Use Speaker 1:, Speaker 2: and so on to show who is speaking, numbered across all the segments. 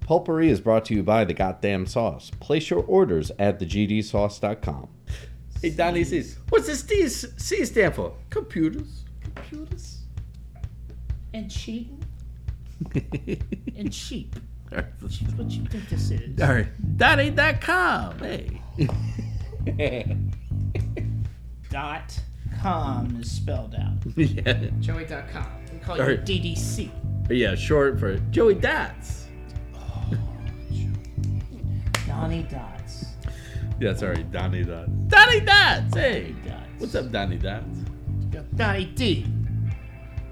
Speaker 1: Pulpery is brought to you by the goddamn sauce. Place your orders at thegdsauce.com.
Speaker 2: Hey, Donnie C's. What's this D s- C stand for? Computers.
Speaker 3: Computers and cheating and cheap.
Speaker 2: All right, let's-
Speaker 3: What you think this is?
Speaker 2: all right. Donnie.com. Hey.
Speaker 3: Dot com is spelled out.
Speaker 2: yeah.
Speaker 3: Joey.com. We call
Speaker 2: All
Speaker 3: you
Speaker 2: right.
Speaker 3: DDC.
Speaker 2: yeah, short for Joey Dots.
Speaker 3: Donnie Dots.
Speaker 2: Yeah, sorry, Donnie Dots. Donnie Dots. Hey.
Speaker 3: Dots.
Speaker 2: What's up, Donnie Dots?
Speaker 3: Go Donnie D.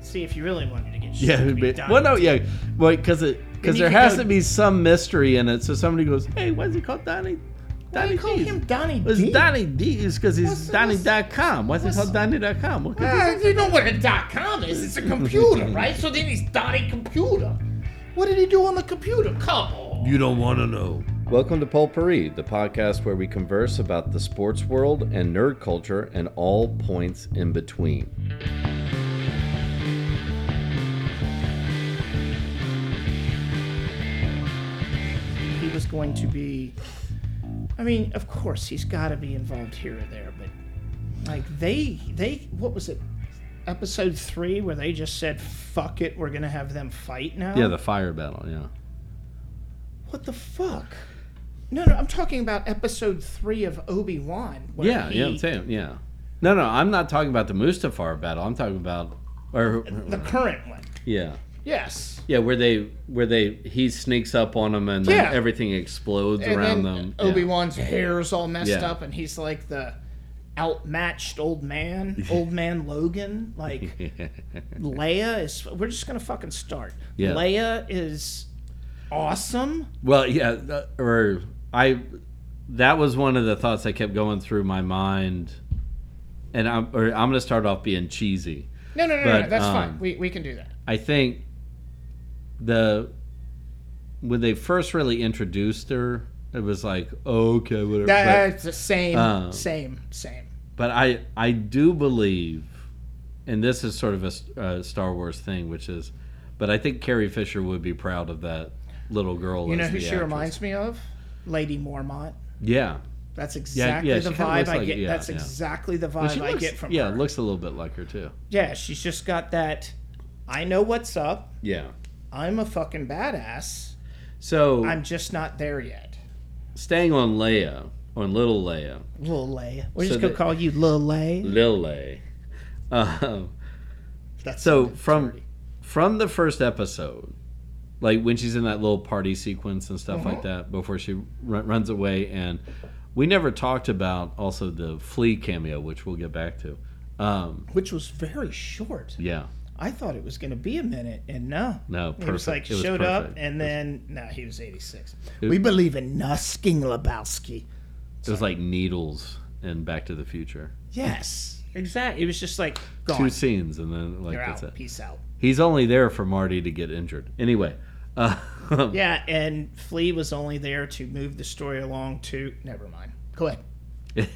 Speaker 3: See if you really wanted to get shit.
Speaker 2: Yeah,
Speaker 3: it'd be
Speaker 2: but,
Speaker 3: Donnie
Speaker 2: well, no,
Speaker 3: D.
Speaker 2: yeah, well, because it because
Speaker 3: you
Speaker 2: there
Speaker 3: could
Speaker 2: has
Speaker 3: go-
Speaker 2: to be some mystery in it. So somebody goes, "Hey, why is he called Donnie?
Speaker 3: Why do
Speaker 2: Donnie
Speaker 3: you call
Speaker 2: D's?
Speaker 3: him Donnie
Speaker 2: It's
Speaker 3: D?
Speaker 2: Donnie D. It's because
Speaker 3: What's-
Speaker 2: he's
Speaker 3: what's-
Speaker 2: Donnie.com. Why is he called Donnie.com? What could
Speaker 3: Ah, you know what a dot com is? It's a computer, right? So then he's Donnie Computer. What did he do on the computer? Come on.
Speaker 2: you don't want to know.
Speaker 1: Welcome to Pulpery, the podcast where we converse about the sports world and nerd culture and all points in between.
Speaker 3: he was going to be I mean, of course he's got to be involved here or there, but like they they what was it? Episode 3 where they just said fuck it, we're going to have them fight now?
Speaker 1: Yeah, the fire battle, yeah.
Speaker 3: What the fuck? No, no, I'm talking about episode 3 of Obi-Wan. where
Speaker 1: Yeah, yeah,
Speaker 3: he-
Speaker 1: I'm saying, yeah. No, no, I'm not talking about the Mustafar battle. I'm talking about, or
Speaker 3: the current one.
Speaker 1: yeah,
Speaker 3: Yes.
Speaker 1: yeah, where they, where they, he sneaks up on them and then
Speaker 3: Yeah.
Speaker 1: everything explodes
Speaker 3: And
Speaker 1: around
Speaker 3: then
Speaker 1: them. Yeah.
Speaker 3: Obi-Wan's hair's all messed
Speaker 1: Yeah.
Speaker 3: up and he's like the outmatched old man, old man Logan, like Leia is. We're just gonna fucking start.
Speaker 1: Yeah.
Speaker 3: Leia is awesome.
Speaker 1: Well, yeah, th- or I that was one of the thoughts that kept going through my mind. And I'm or I'm going to start off being cheesy.
Speaker 3: No, no, no, no, no.
Speaker 1: But,
Speaker 3: That's fine.
Speaker 1: um,
Speaker 3: We we can do that.
Speaker 1: I think the when they first really introduced her, it was like, oh, "Okay, whatever." but,
Speaker 3: That's the same,
Speaker 1: um,
Speaker 3: same, same.
Speaker 1: but I I do believe and this is sort of a s- uh, Star Wars thing, which is but I think Carrie Fisher would be proud of that little girl.
Speaker 3: You know
Speaker 1: as
Speaker 3: who
Speaker 1: the
Speaker 3: she
Speaker 1: actress.
Speaker 3: reminds me of? Lady Mormont.
Speaker 1: Yeah.
Speaker 3: That's exactly
Speaker 1: yeah,
Speaker 3: the
Speaker 1: she kinda looks
Speaker 3: vibe I
Speaker 1: like-
Speaker 3: get.
Speaker 1: yeah,
Speaker 3: that's
Speaker 1: yeah.
Speaker 3: exactly the
Speaker 1: Well,
Speaker 3: vibe
Speaker 1: she
Speaker 3: I
Speaker 1: looks-
Speaker 3: get from
Speaker 1: yeah,
Speaker 3: her.
Speaker 1: looks a little bit like her too.
Speaker 3: Yeah, she's just got that. I know what's up.
Speaker 1: Yeah.
Speaker 3: I'm a fucking badass.
Speaker 1: So
Speaker 3: I'm just not there yet.
Speaker 1: staying on Leia, on little Leia,
Speaker 3: Lil Leia. We're
Speaker 1: So
Speaker 3: just gonna
Speaker 1: the-
Speaker 3: call you Lil Leia.
Speaker 1: Lil Leia. Um,
Speaker 3: That's
Speaker 1: so from from the first episode, like when she's in that little party sequence and stuff
Speaker 3: Mm-hmm.
Speaker 1: like that, before she run, runs away, and we never talked about also the flea cameo, which we'll get back to. Um,
Speaker 3: which was very short.
Speaker 1: yeah,
Speaker 3: I thought it was going to be a minute, and no.
Speaker 1: no,
Speaker 3: He
Speaker 1: perfect.
Speaker 3: It was like
Speaker 1: It was
Speaker 3: showed up,
Speaker 1: perfect.
Speaker 3: and then no, he was eighty six.
Speaker 1: It-
Speaker 3: We believe in Nusking Lebowski.
Speaker 1: it was like needles and Back to the Future.
Speaker 3: Yes, exactly. It was just like
Speaker 1: Two
Speaker 3: gone.
Speaker 1: scenes, and then like
Speaker 3: You're
Speaker 1: that's
Speaker 3: out.
Speaker 1: it.
Speaker 3: Peace out.
Speaker 1: He's only there for Marty to get injured. Anyway, uh,
Speaker 3: Yeah, and Flea was only there to move the story along. To never mind. Go ahead.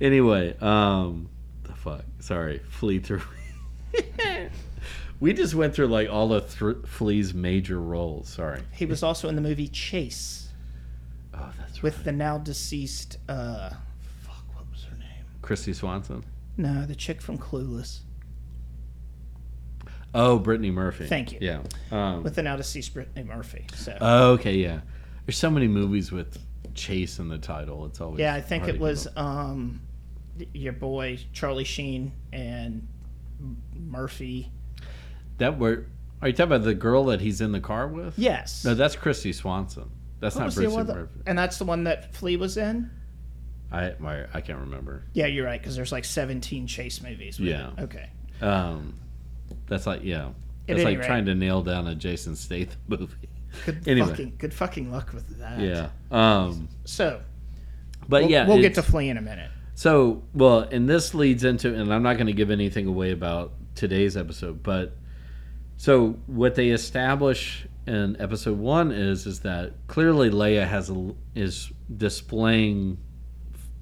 Speaker 1: anyway, um, the fuck. Sorry, flea through. we just went through like all of Thr Flea's major roles. Sorry.
Speaker 3: He was also in the movie Chase
Speaker 1: Oh, that's
Speaker 3: with the now deceased. uh Fuck, what was her name?
Speaker 1: Christy Swanson.
Speaker 3: No, the chick from Clueless
Speaker 1: Oh, Brittany Murphy.
Speaker 3: Thank you.
Speaker 1: Yeah. Um,
Speaker 3: with the now deceased Brittany Murphy. So.
Speaker 1: okay, yeah. There's so many movies with Chase in the title. It's always
Speaker 3: Yeah, I think
Speaker 1: hard to
Speaker 3: it
Speaker 1: keep
Speaker 3: was
Speaker 1: up.
Speaker 3: um, y- your boy Charlie Sheen and M- Murphy.
Speaker 1: that. Were are you talking about the girl that he's in the car with?
Speaker 3: Yes.
Speaker 1: No, that's Christy Swanson. That's
Speaker 3: What
Speaker 1: not
Speaker 3: was the
Speaker 1: Brittany
Speaker 3: other-
Speaker 1: Murphy.
Speaker 3: and that's the one that Flea was in.
Speaker 1: I my, I can't remember.
Speaker 3: Yeah, you're right because there's like 17 chase movies. with
Speaker 1: Yeah.
Speaker 3: it. Okay.
Speaker 1: Um, that's like yeah,
Speaker 3: At
Speaker 1: that's
Speaker 3: any
Speaker 1: like
Speaker 3: rate.
Speaker 1: trying to nail down a Jason Statham movie.
Speaker 3: Good
Speaker 1: Anyway.
Speaker 3: fucking good fucking luck with that.
Speaker 1: Yeah. Um,
Speaker 3: So
Speaker 1: but
Speaker 3: we'll,
Speaker 1: yeah,
Speaker 3: we'll get to
Speaker 1: it's-
Speaker 3: Flea in a minute.
Speaker 1: so well, and this leads into, and I'm not going to give anything away about today's episode, but so what they establish in episode one is is that clearly Leia has a, is displaying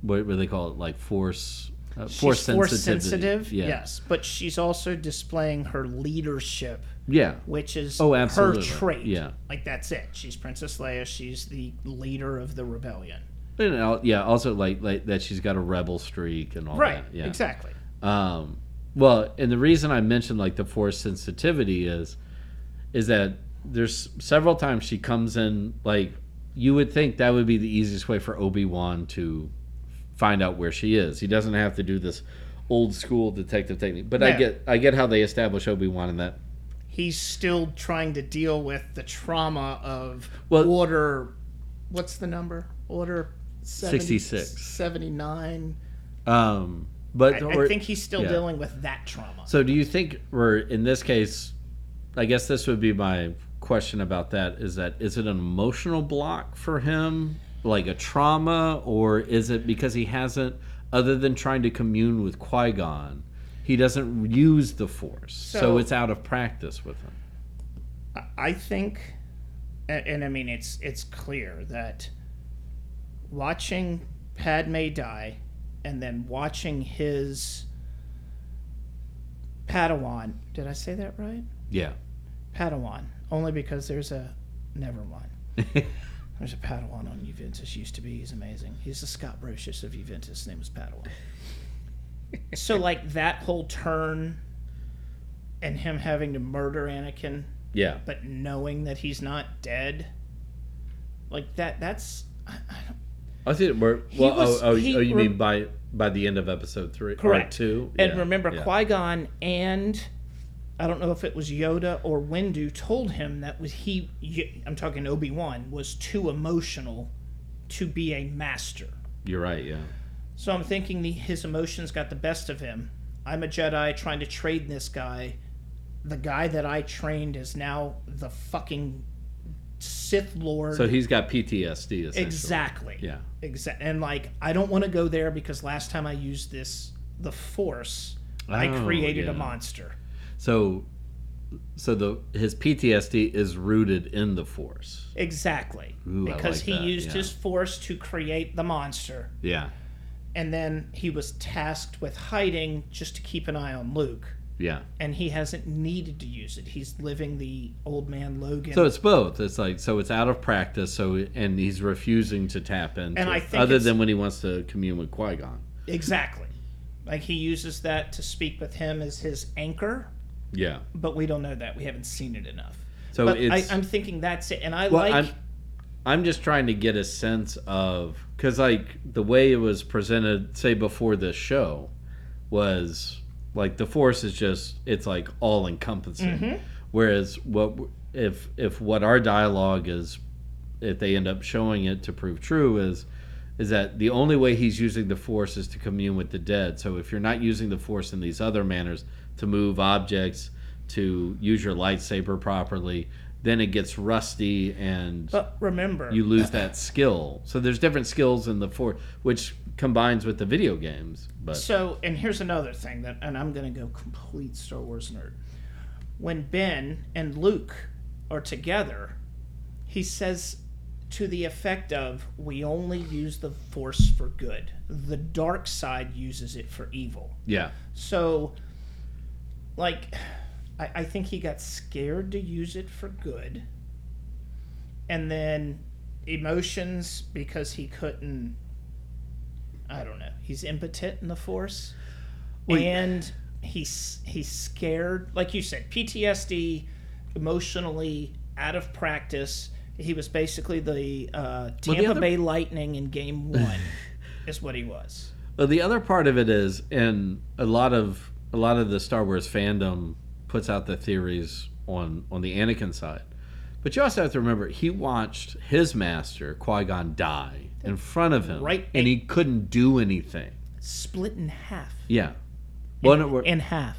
Speaker 1: what, what do they call it, like force Uh,
Speaker 3: She's
Speaker 1: force sensitivity.
Speaker 3: sensitive,
Speaker 1: Yeah.
Speaker 3: yes, but she's also displaying her leadership,
Speaker 1: Yeah.
Speaker 3: which is
Speaker 1: Oh,
Speaker 3: her
Speaker 1: absolutely.
Speaker 3: trait.
Speaker 1: Yeah.
Speaker 3: like that's it. She's Princess Leia. She's the leader of the rebellion.
Speaker 1: And al- yeah. Also, like, like that she's got a rebel streak and all
Speaker 3: Right.
Speaker 1: that. Yeah.
Speaker 3: Exactly.
Speaker 1: Um, well, and the reason I mentioned like the force sensitivity is, is that there's several times she comes in like you would think that would be the easiest way for Obi Wan to find out where she is. He doesn't have to do this old school detective technique. But I
Speaker 3: No.
Speaker 1: get I get how they establish Obi Wan in that.
Speaker 3: He's still trying to deal with the trauma of
Speaker 1: Well-
Speaker 3: order. What's the number? Order 70
Speaker 1: 66.
Speaker 3: 79.
Speaker 1: Um, but
Speaker 3: I,
Speaker 1: or-
Speaker 3: I think he's still
Speaker 1: yeah.
Speaker 3: dealing with that trauma.
Speaker 1: So do you think we're in this case? I guess this would be my question about that. Is that is it an emotional block for him, like a trauma, or is it because he hasn't, other than trying to commune with Qui Gon, he doesn't use the Force, so,
Speaker 3: So-
Speaker 1: it's out of practice with him.
Speaker 3: I- I think, and, and I mean, it's it's clear that watching Padme die, and then watching his Padawan. Did I say that right?
Speaker 1: Yeah,
Speaker 3: Padawan. Only because there's a never mind. There's a Padawan on Juventus. Used to be. He's amazing. He's the Scott Brocious of Juventus. His name was Padawan. so like that whole turn, and him having to murder Anakin
Speaker 1: yeah,
Speaker 3: but knowing that he's not dead like that that's I- I don't-
Speaker 1: I think we're
Speaker 3: He
Speaker 1: well.
Speaker 3: was-
Speaker 1: oh, oh,
Speaker 3: he
Speaker 1: oh, you
Speaker 3: re-
Speaker 1: mean by by the end of episode three,
Speaker 3: Correct.
Speaker 1: Or two,
Speaker 3: and
Speaker 1: Yeah,
Speaker 3: remember
Speaker 1: yeah.
Speaker 3: qui-gon and i don't know if it was yoda or windu told him that was he Y- i'm talking obi-wan was too emotional to be a master
Speaker 1: You're right. Yeah,
Speaker 3: so i'm thinking the, his emotions got the best of him i'm a jedi trying to train this guy the guy that i trained is now the fucking sith lord
Speaker 1: so he's got PTSD. Essentially.
Speaker 3: exactly
Speaker 1: Yeah.
Speaker 3: Exactly. And like, I don't want to go there because last time I used this, the Force, I
Speaker 1: Oh,
Speaker 3: created a
Speaker 1: yeah.
Speaker 3: monster.
Speaker 1: So, so the his PTSD is rooted in the Force.
Speaker 3: Exactly.
Speaker 1: Ooh, I
Speaker 3: because
Speaker 1: like
Speaker 3: he
Speaker 1: that,
Speaker 3: used
Speaker 1: yeah.
Speaker 3: his Force to create the monster.
Speaker 1: Yeah,
Speaker 3: And then he was tasked with hiding just to keep an eye on Luke.
Speaker 1: yeah.
Speaker 3: And he hasn't needed to use it. He's living the old man Logan.
Speaker 1: So it's both. It's like so it's out of practice. So and he's refusing to tap into.
Speaker 3: And I
Speaker 1: it,
Speaker 3: think
Speaker 1: other
Speaker 3: it's-
Speaker 1: than when he wants to commune with Qui Gon.
Speaker 3: exactly. Like, he uses that to speak with him as his anchor,
Speaker 1: Yeah.
Speaker 3: but we don't know that. We haven't seen it enough.
Speaker 1: So
Speaker 3: but I,
Speaker 1: it's.
Speaker 3: I'm thinking that's it. And I
Speaker 1: well,
Speaker 3: like.
Speaker 1: I'm, I'm just trying to get a sense of because like the way it was presented, say before this show, was like the force is just it's like all encompassing.
Speaker 3: Mm-hmm.
Speaker 1: Whereas what w- if if what our dialogue is, if they end up showing it to prove true is. Is that the only way he's using the force is to commune with the dead? So if you're not using the force in these other manners to move objects, to use your lightsaber properly, then it gets rusty and
Speaker 3: But remember,
Speaker 1: you lose that skill. So there's different skills in the four, which combines with the video games. But
Speaker 3: so and here's another thing that, and I'm gonna go complete Star Wars nerd. When Ben and Luke are together, he says to the effect of, "We only use the Force for good. The dark side uses it for evil."
Speaker 1: yeah,
Speaker 3: So, like, I, I think he got scared to use it for good. And then emotions because he couldn't. I don't know. He's impotent in the force,
Speaker 1: Well, y-
Speaker 3: and he's he's scared. Like you said, PTSD, emotionally out of practice. He was basically the uh, Tampa
Speaker 1: other-
Speaker 3: Bay Lightning in Game One, is what he was.
Speaker 1: Well, the other part of it is, and a lot of a lot of the Star Wars fandom puts out the theories on on the Anakin side, but you also have to remember he watched his master Qui Gon die in front of him,
Speaker 3: Right.
Speaker 1: And he couldn't do anything.
Speaker 3: Split in half.
Speaker 1: Yeah. Well, no, we're-
Speaker 3: in half.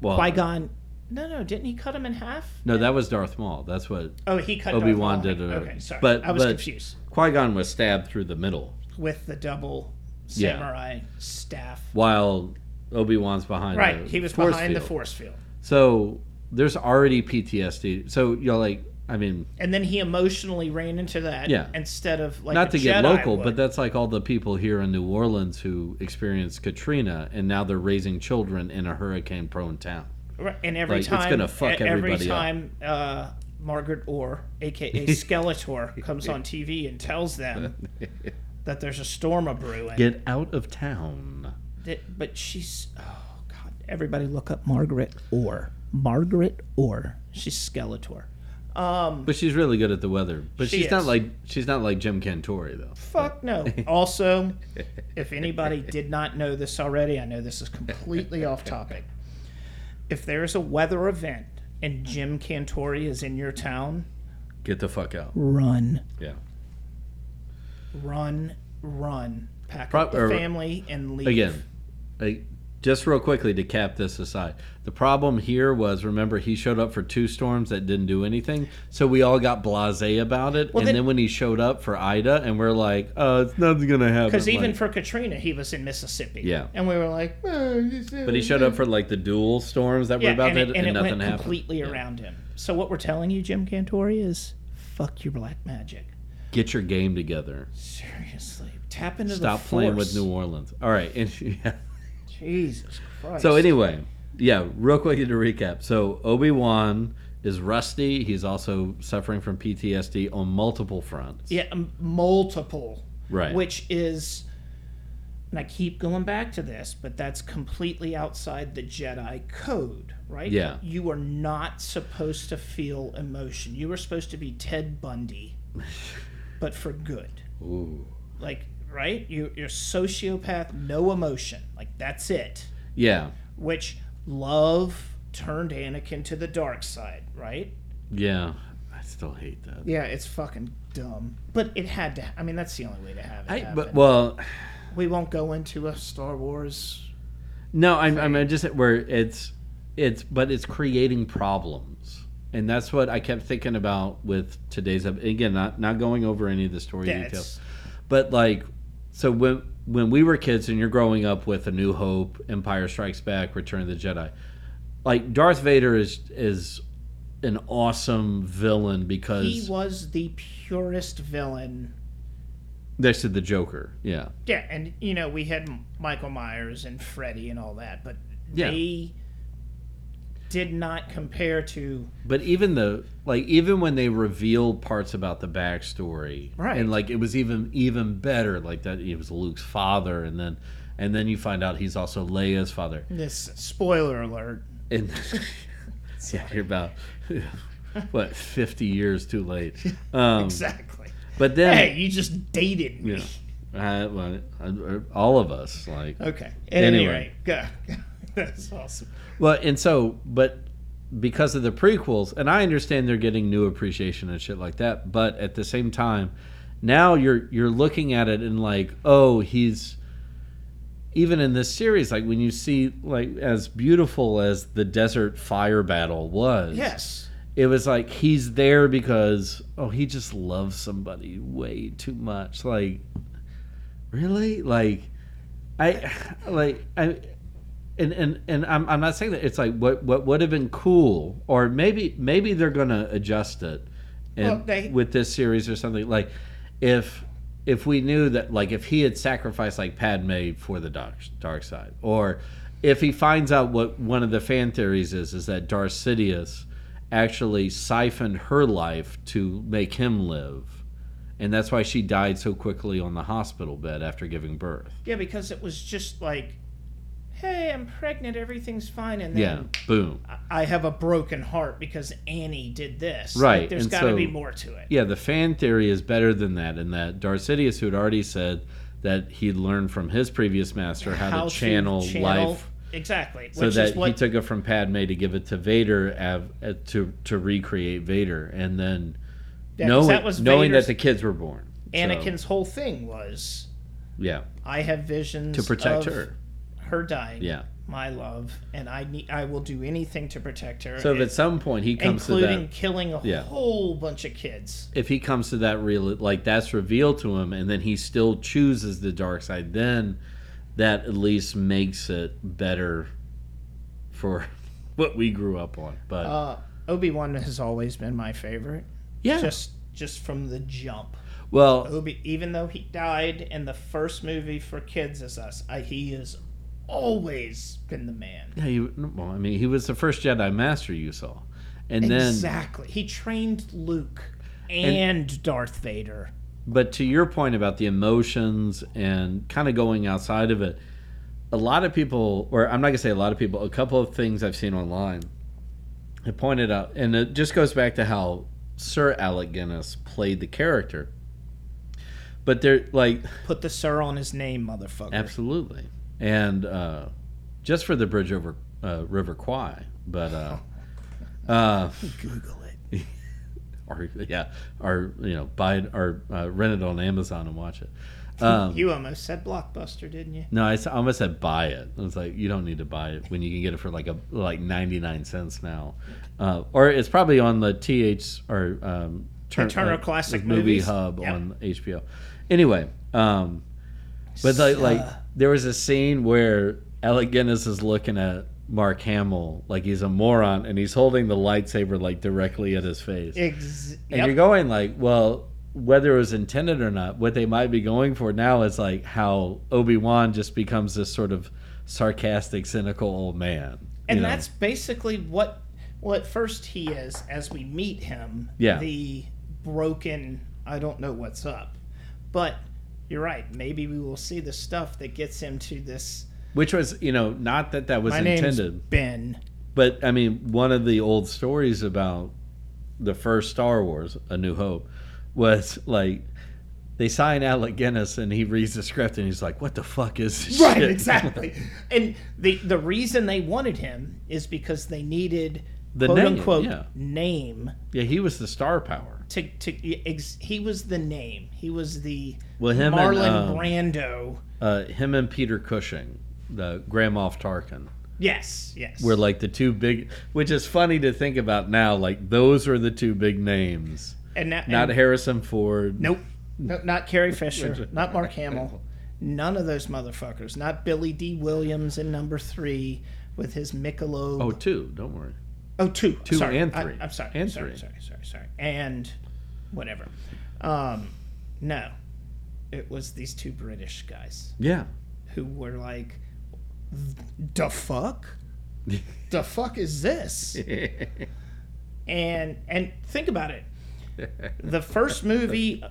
Speaker 1: well,
Speaker 3: Qui Gon. No, no, didn't he cut him in half?
Speaker 1: No, that was Darth Maul. That's what
Speaker 3: Oh, he cut
Speaker 1: Obi Wan did.
Speaker 3: Darth Maul.
Speaker 1: it.
Speaker 3: Okay, sorry,
Speaker 1: But
Speaker 3: I was
Speaker 1: but
Speaker 3: confused
Speaker 1: Qui Gon was stabbed through the middle.
Speaker 3: with the double
Speaker 1: Yeah.
Speaker 3: samurai staff.
Speaker 1: while Obi Wan's behind.
Speaker 3: Right,
Speaker 1: the
Speaker 3: he was
Speaker 1: force
Speaker 3: behind the
Speaker 1: field.
Speaker 3: force field.
Speaker 1: So there's already PTSD. So you know, like I mean,
Speaker 3: and then he emotionally ran into that.
Speaker 1: Yeah.
Speaker 3: Instead of like
Speaker 1: not
Speaker 3: a
Speaker 1: to get
Speaker 3: Jedi
Speaker 1: local,
Speaker 3: would.
Speaker 1: but that's like all the people here in New Orleans who experienced Katrina and now they're raising children in a hurricane prone town.
Speaker 3: Right, and every
Speaker 1: Like, it's
Speaker 3: time
Speaker 1: gonna fuck
Speaker 3: e- every
Speaker 1: everybody up.
Speaker 3: time uh, Margaret Orr, aka Skeletor, comes on TV and tells them that there's a storm a brewing.
Speaker 1: Get out of town.
Speaker 3: That- but she's oh god, everybody look up Margaret Orr. Margaret Orr. She's Skeletor.
Speaker 1: But she's really good at the weather. But
Speaker 3: She
Speaker 1: she's not
Speaker 3: is.
Speaker 1: like she's not like Jim Cantori though.
Speaker 3: Fuck no. Also, if anybody did not know this already, I know this is completely off topic. If there is a weather event and Jim Cantori is in your town,
Speaker 1: Get the fuck out.
Speaker 3: run.
Speaker 1: Yeah.
Speaker 3: run, run, pack
Speaker 1: Pro-
Speaker 3: up the
Speaker 1: or-
Speaker 3: family and leave.
Speaker 1: again, like, just real quickly to cap this aside, the problem here was remember he showed up for two storms that didn't do anything, so we all got blasé about it. and
Speaker 3: then-
Speaker 1: then, when he showed up for Ida, and we're like, oh, it's nothing's gonna happen.
Speaker 3: because even
Speaker 1: like-
Speaker 3: for Katrina, he was in Mississippi.
Speaker 1: Yeah.
Speaker 3: and we were like, but
Speaker 1: but he showed up for like the dual storms that
Speaker 3: yeah,
Speaker 1: were about
Speaker 3: and,
Speaker 1: to,
Speaker 3: it,
Speaker 1: and,
Speaker 3: and it
Speaker 1: nothing
Speaker 3: went
Speaker 1: happened.
Speaker 3: completely
Speaker 1: Yeah.
Speaker 3: around him. So what we're telling you, Jim Cantori, is fuck your black magic.
Speaker 1: Get your game together.
Speaker 3: Seriously, tap into the
Speaker 1: Stop playing with
Speaker 3: force.
Speaker 1: New Orleans. All right, and yeah.
Speaker 3: Jesus Christ.
Speaker 1: So anyway, yeah, real quick to recap. So Obi Wan is rusty. He's also suffering from PTSD on multiple fronts.
Speaker 3: yeah, m- multiple,
Speaker 1: Right.
Speaker 3: Which is. And I keep going back to this, but that's completely outside the Jedi code, right?
Speaker 1: Yeah.
Speaker 3: You are not supposed to feel emotion. You are supposed to be Ted Bundy, but for good.
Speaker 1: Ooh.
Speaker 3: Like, right? You, you're sociopath, no emotion. Like, that's it.
Speaker 1: Yeah.
Speaker 3: Which love turned Anakin to the dark side, right?
Speaker 1: Yeah. I still hate that.
Speaker 3: Yeah, it's fucking dumb. But it had to. I mean, that's the only way to have it.
Speaker 1: I,
Speaker 3: happen.
Speaker 1: but well,
Speaker 3: we won't go into a Star Wars.
Speaker 1: no, I'm, I'm just where it's it's but it's creating problems, and that's what I kept thinking about with today's ep- again. Not not going over any of the story
Speaker 3: Yeah,
Speaker 1: details,
Speaker 3: it's-
Speaker 1: but like so when when we were kids and you're growing up with A New Hope, Empire Strikes Back, Return of the Jedi, like Darth Vader is is an awesome villain because
Speaker 3: He was the purest villain.
Speaker 1: next to the Joker, yeah.
Speaker 3: Yeah, and you know we had M- Michael Myers and Freddy and all that, but
Speaker 1: Yeah.
Speaker 3: they did not compare to
Speaker 1: But even the like, even when they reveal parts about the backstory,
Speaker 3: Right.
Speaker 1: And like, it was even even better. Like that, it was Luke's father, and then and then you find out he's also Leia's father.
Speaker 3: this. Spoiler alert.
Speaker 1: And yeah, you're about what fifty years too late. Um,
Speaker 3: Exactly.
Speaker 1: But then,
Speaker 3: Hey, you just dated me.
Speaker 1: yeah, I- well, I- all of us like
Speaker 3: Okay. At anyway. any
Speaker 1: Anyway.
Speaker 3: rate, go. That's awesome.
Speaker 1: Well, and so, but because of the prequels, and I understand they're getting new appreciation and shit like that, but at the same time, now you're you're looking at it and like, oh, he's even in this series, like when you see like as beautiful as the desert fire battle was,
Speaker 3: Yes.
Speaker 1: it was like he's there because oh, he just loves somebody way too much. Like, really? Like, I like I and and and I'm, I'm not saying that it's like what what would have been cool or maybe maybe they're gonna adjust it and
Speaker 3: Well, they-
Speaker 1: with this series or something like if if we knew that like if he had sacrificed like Padme for the dark, dark side or if he finds out what one of the fan theories is is that Darth Sidious actually siphoned her life to make him live and that's why she died so quickly on the hospital bed after giving birth
Speaker 3: Yeah, because it was just like, hey, I'm pregnant, everything's fine, and then
Speaker 1: yeah boom
Speaker 3: I have a broken heart because Annie did this.
Speaker 1: Right,
Speaker 3: Like, there's
Speaker 1: and
Speaker 3: got to
Speaker 1: so-
Speaker 3: be more to it.
Speaker 1: Yeah, the fan theory is better than that, in that Darth Sidious, who had already said that he'd learned from his previous master how, to, channel life,
Speaker 3: Exactly.
Speaker 1: so
Speaker 3: which
Speaker 1: that
Speaker 3: is what,
Speaker 1: he took it from Padme to give it to Vader av- uh, to to recreate Vader, and then
Speaker 3: yeah, 'cause
Speaker 1: knowing
Speaker 3: that was
Speaker 1: knowing that
Speaker 3: Vader's,
Speaker 1: the kids were born, So,
Speaker 3: Anakin's whole thing was
Speaker 1: yeah,
Speaker 3: I have visions
Speaker 1: to protect
Speaker 3: of
Speaker 1: her,
Speaker 3: her dying.
Speaker 1: yeah.
Speaker 3: My love, and I need. I will do anything to protect her.
Speaker 1: So if
Speaker 3: and-
Speaker 1: at some point he comes to
Speaker 3: including
Speaker 1: that,
Speaker 3: killing a
Speaker 1: Yeah.
Speaker 3: whole bunch of kids.
Speaker 1: if he comes to that real, like that's revealed to him, and then he still chooses the dark side, then that at least makes it better for what we grew up on. But
Speaker 3: Uh, Obi Wan has always been my favorite.
Speaker 1: Yeah.
Speaker 3: just just from the jump.
Speaker 1: well,
Speaker 3: Obi, even though he died in the first movie for Kids as Us, I, he has always been the man.
Speaker 1: yeah, he, well, I mean, he was the first Jedi Master you saw, and then,
Speaker 3: exactly. He trained Luke and, Darth Vader.
Speaker 1: but to your point about the emotions and kind of going outside of it, a lot of people, or I'm not gonna say a lot of people, a couple of things I've seen online have pointed out, and it just goes back to how Sir Alec Guinness played the character. But they're like,
Speaker 3: Put the sir on his name, motherfucker.
Speaker 1: Absolutely. And uh, just for the bridge over uh, River Kwai, but uh, uh,
Speaker 3: Google it.
Speaker 1: or yeah, or you know, buy it or uh, rent it on Amazon and watch it. Um,
Speaker 3: you almost said blockbuster, didn't you?
Speaker 1: no, I s- I almost said buy it. I was like, you don't need to buy it when you can get it for like a like ninety nine cents now, uh, or it's probably on the th or um, Turn-
Speaker 3: Turner
Speaker 1: uh,
Speaker 3: Classic
Speaker 1: Movie
Speaker 3: Movies.
Speaker 1: Hub
Speaker 3: Yeah.
Speaker 1: on HBO. Anyway, um, but like, like there was a scene where Alec Guinness is looking at Mark Hamill like he's a moron, and he's holding the lightsaber like directly at his face.
Speaker 3: Ex-
Speaker 1: And
Speaker 3: yep.
Speaker 1: you're going like, well, whether it was intended or not, what they might be going for now is like how Obi Wan just becomes this sort of sarcastic, cynical old man. you
Speaker 3: and
Speaker 1: know?
Speaker 3: that's basically what what first he is as we meet him
Speaker 1: Yeah.
Speaker 3: the broken i don't know what's up but you're right maybe we will see the stuff that gets him to this
Speaker 1: which was, you know, not that that was
Speaker 3: my name's
Speaker 1: intended,
Speaker 3: ben
Speaker 1: but I mean, one of the old stories about the first Star Wars, A New Hope, was like. They sign Alec Guinness and he reads the script and he's like, "What the fuck is this?"
Speaker 3: right
Speaker 1: shit?"
Speaker 3: exactly and the the reason they wanted him is because they needed
Speaker 1: The
Speaker 3: quote
Speaker 1: name,
Speaker 3: unquote
Speaker 1: yeah.
Speaker 3: name
Speaker 1: yeah, he was the star power.
Speaker 3: to, to ex, he was the name he was the
Speaker 1: Well, him and,
Speaker 3: marlon
Speaker 1: um,
Speaker 3: brando
Speaker 1: Uh, him and Peter Cushing, the Grand Moff Tarkin.
Speaker 3: yes yes
Speaker 1: were like the two big, which is funny to think about now. Like those were the two big names,
Speaker 3: and that,
Speaker 1: not
Speaker 3: and-
Speaker 1: Harrison Ford.
Speaker 3: Nope. No, not Carrie Fisher. not Mark Hamill. None of those motherfuckers. Not Billy D. Williams in number three with his Michelob.
Speaker 1: Oh, two. Don't worry.
Speaker 3: Oh, two. Two sorry.
Speaker 1: and
Speaker 3: I-
Speaker 1: three.
Speaker 3: I'm sorry.
Speaker 1: And
Speaker 3: sorry,
Speaker 1: three.
Speaker 3: Sorry, sorry, sorry. And whatever. Um, no. It was these two British guys
Speaker 1: Yeah.
Speaker 3: who were like, the fuck? the fuck is this? and and think about it the first movie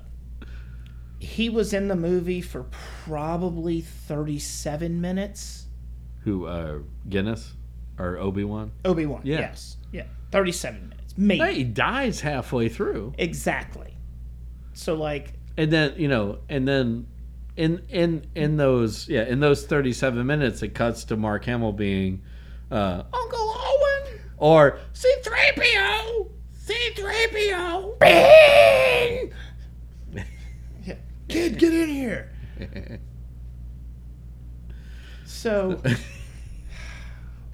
Speaker 3: he was in the movie for probably 37 minutes
Speaker 1: Who? Uh, Guinness or Obi Wan?
Speaker 3: obi-wan
Speaker 1: Yeah.
Speaker 3: yes yeah 37 minutes maybe
Speaker 1: He dies halfway through,
Speaker 3: exactly so like
Speaker 1: and then you know, and then in in in those yeah in those thirty seven minutes, it cuts to Mark Hamill being uh, Uncle Owen or C three PO. C three PO.
Speaker 3: yeah, kid get in here so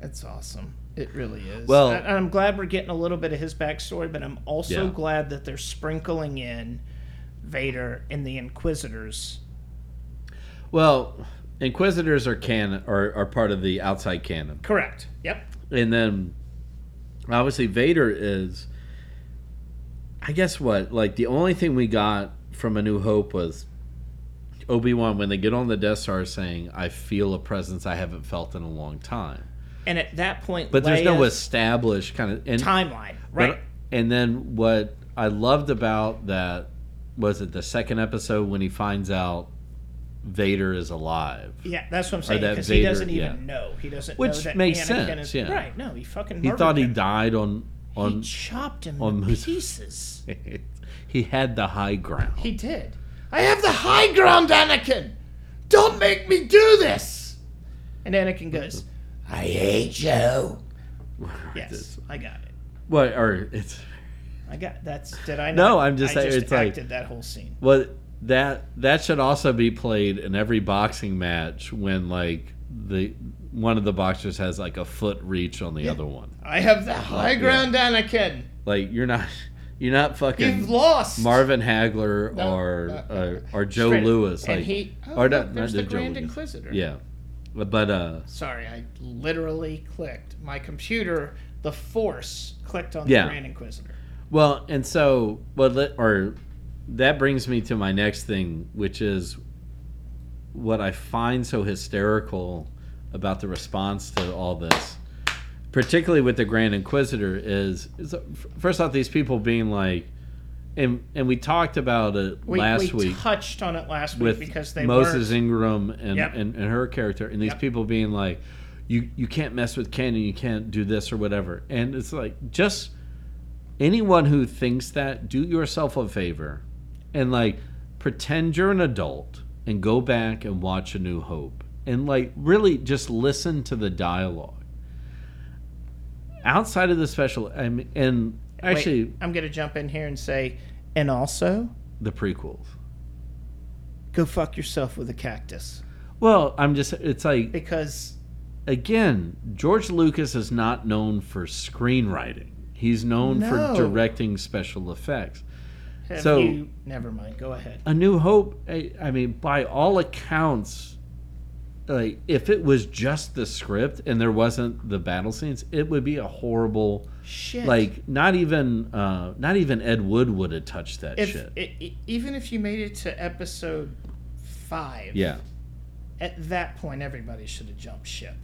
Speaker 3: that's awesome it really is
Speaker 1: Well-
Speaker 3: and i'm glad we're getting a little bit of his backstory but i'm also
Speaker 1: Yeah.
Speaker 3: glad that they're sprinkling in vader and the inquisitors
Speaker 1: Well, Inquisitors are canon, are, are part of the outside canon,
Speaker 3: correct yep
Speaker 1: and then obviously Vader is. I guess what like the only thing we got from A New Hope was Obi Wan when they get on the Death Star saying, "I feel a presence I haven't felt in a long time,"
Speaker 3: And at that point,
Speaker 1: but there's no
Speaker 3: Leia's
Speaker 1: established kind of and,
Speaker 3: timeline,
Speaker 1: but-
Speaker 3: right?
Speaker 1: and then what I loved about that was it the second episode when he finds out Vader is alive.
Speaker 3: yeah, that's what I'm saying.
Speaker 1: that
Speaker 3: Because he
Speaker 1: Vader-
Speaker 3: doesn't even
Speaker 1: yeah.
Speaker 3: know. He doesn't.
Speaker 1: Which
Speaker 3: know that
Speaker 1: makes
Speaker 3: Anakin
Speaker 1: sense,
Speaker 3: Is,
Speaker 1: yeah.
Speaker 3: Right? No, he fucking.
Speaker 1: He
Speaker 3: murdered
Speaker 1: thought he
Speaker 3: him.
Speaker 1: died on
Speaker 3: He
Speaker 1: on.
Speaker 3: chopped him
Speaker 1: on
Speaker 3: to
Speaker 1: Moose-
Speaker 3: pieces.
Speaker 1: he had the high ground.
Speaker 3: He did. I have the high ground, Anakin. Don't make me do this. And Anakin goes, "I hate you." Yes, I got it.
Speaker 1: Well, or it's
Speaker 3: I got that's. Did I?
Speaker 1: No,
Speaker 3: not-
Speaker 1: I'm just
Speaker 3: I
Speaker 1: saying it's like-
Speaker 3: acted that whole scene.
Speaker 1: well that that should also be played in every boxing match when like the one of the boxers has like a foot reach on the other one.
Speaker 3: I have the high ground, Anakin.
Speaker 1: Like you're not you're not
Speaker 3: You've
Speaker 1: fucking
Speaker 3: lost.
Speaker 1: Marvin Hagler
Speaker 3: No,
Speaker 1: or
Speaker 3: uh,
Speaker 1: or, or Joe
Speaker 3: Straight-
Speaker 1: Lewis.
Speaker 3: and
Speaker 1: like,
Speaker 3: he- oh,
Speaker 1: or
Speaker 3: look,
Speaker 1: not- not
Speaker 3: there's the
Speaker 1: Joe
Speaker 3: Grand
Speaker 1: Lewis.
Speaker 3: Inquisitor.
Speaker 1: Yeah, but uh,
Speaker 3: Sorry, I literally clicked. My computer, the force, clicked on
Speaker 1: Yeah.
Speaker 3: the Grand Inquisitor.
Speaker 1: Well, and so, but let, or that brings me to my next thing, which is what I find so hysterical about the response to all this, particularly with the Grand Inquisitor, is, is first off these people being like, and and we talked about it
Speaker 3: We,
Speaker 1: last
Speaker 3: we
Speaker 1: week
Speaker 3: touched on it last
Speaker 1: with
Speaker 3: week because they
Speaker 1: Moses
Speaker 3: weren't.
Speaker 1: Ingram and,
Speaker 3: Yep.
Speaker 1: and, and her character, and these
Speaker 3: Yep.
Speaker 1: people being like, "You you can't mess with canon, you can't do this or whatever," and it's like just anyone who thinks that, do yourself a favor, and like pretend you're an adult and go back and watch A New Hope, and like really just listen to the dialogue outside of the special. I mean, and
Speaker 3: Wait,
Speaker 1: actually
Speaker 3: I'm going to jump in here and say, and also
Speaker 1: the prequels.
Speaker 3: go fuck yourself with a cactus
Speaker 1: Well, I'm just it's like
Speaker 3: because
Speaker 1: again, George Lucas is not known for screenwriting. He's known
Speaker 3: No.
Speaker 1: for directing special effects.
Speaker 3: have
Speaker 1: So-
Speaker 3: you never mind. Go ahead.
Speaker 1: A New Hope, I, I mean, by all accounts, like if it was just the script and there wasn't the battle scenes, it would be a horrible.
Speaker 3: Shit.
Speaker 1: Like not even uh, not even Ed Wood would have touched that
Speaker 3: if
Speaker 1: shit.
Speaker 3: i- i- even if you made it to episode five,
Speaker 1: yeah,
Speaker 3: at that point everybody should have jumped ship.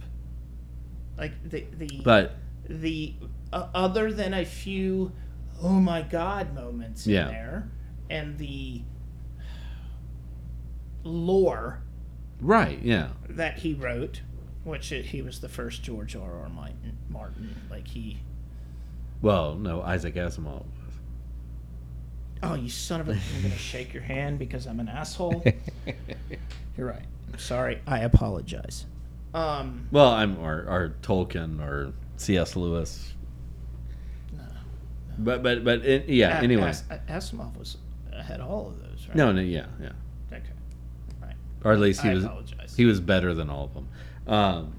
Speaker 3: Like the the
Speaker 1: but
Speaker 3: the uh, other than a few oh my god moments
Speaker 1: Yeah.
Speaker 3: in there and the lore
Speaker 1: right, yeah,
Speaker 3: that he wrote which it, he was the first George R. R. Martin, Martin like he
Speaker 1: well, no, Isaac Asimov. was.
Speaker 3: oh you son of a I'm going to shake your hand because I'm an asshole you're right I'm sorry I apologize um
Speaker 1: Well, I'm or, or Tolkien or C.S. Lewis. But but but it, yeah.
Speaker 3: A-
Speaker 1: anyway,
Speaker 3: As- Asimov was had all of those right
Speaker 1: no no yeah yeah.
Speaker 3: okay right
Speaker 1: Or at least he
Speaker 3: I
Speaker 1: was
Speaker 3: apologize
Speaker 1: he was better than all of them. Um,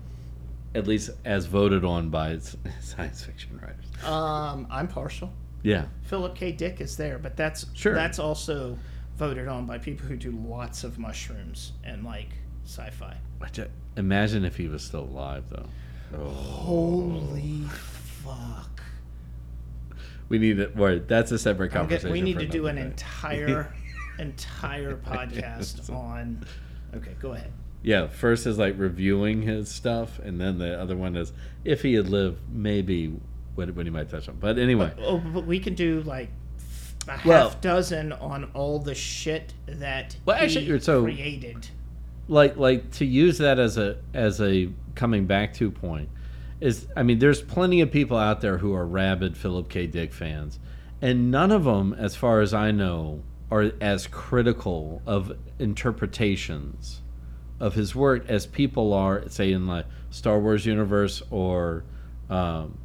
Speaker 1: at least as voted on by s- science fiction writers.
Speaker 3: um I'm partial
Speaker 1: Yeah.
Speaker 3: Philip K. Dick is there, but that's
Speaker 1: Sure.
Speaker 3: that's also voted on by people who do lots of mushrooms and like sci-fi.
Speaker 1: I ju- Imagine if he was still alive though.
Speaker 3: Oh. Holy fuck!
Speaker 1: We need it. Or that's a separate
Speaker 3: I'm get-
Speaker 1: conversation.
Speaker 3: we need
Speaker 1: for
Speaker 3: to do an
Speaker 1: another day.
Speaker 3: entire entire podcast on. Okay, go ahead.
Speaker 1: Yeah, first is like reviewing his stuff, and then the other one is if he had lived, maybe what, what he might touch on. But anyway,
Speaker 3: Oh, but we can do like a half
Speaker 1: Well-
Speaker 3: dozen on all the shit that
Speaker 1: Well,
Speaker 3: he
Speaker 1: actually, so-
Speaker 3: created.
Speaker 1: like like to use that as a as a coming back to point is I mean there's plenty of people out there who are rabid Philip K Dick fans and none of them as far as I know are as critical of interpretations of his work as people are say in like Star Wars universe or um,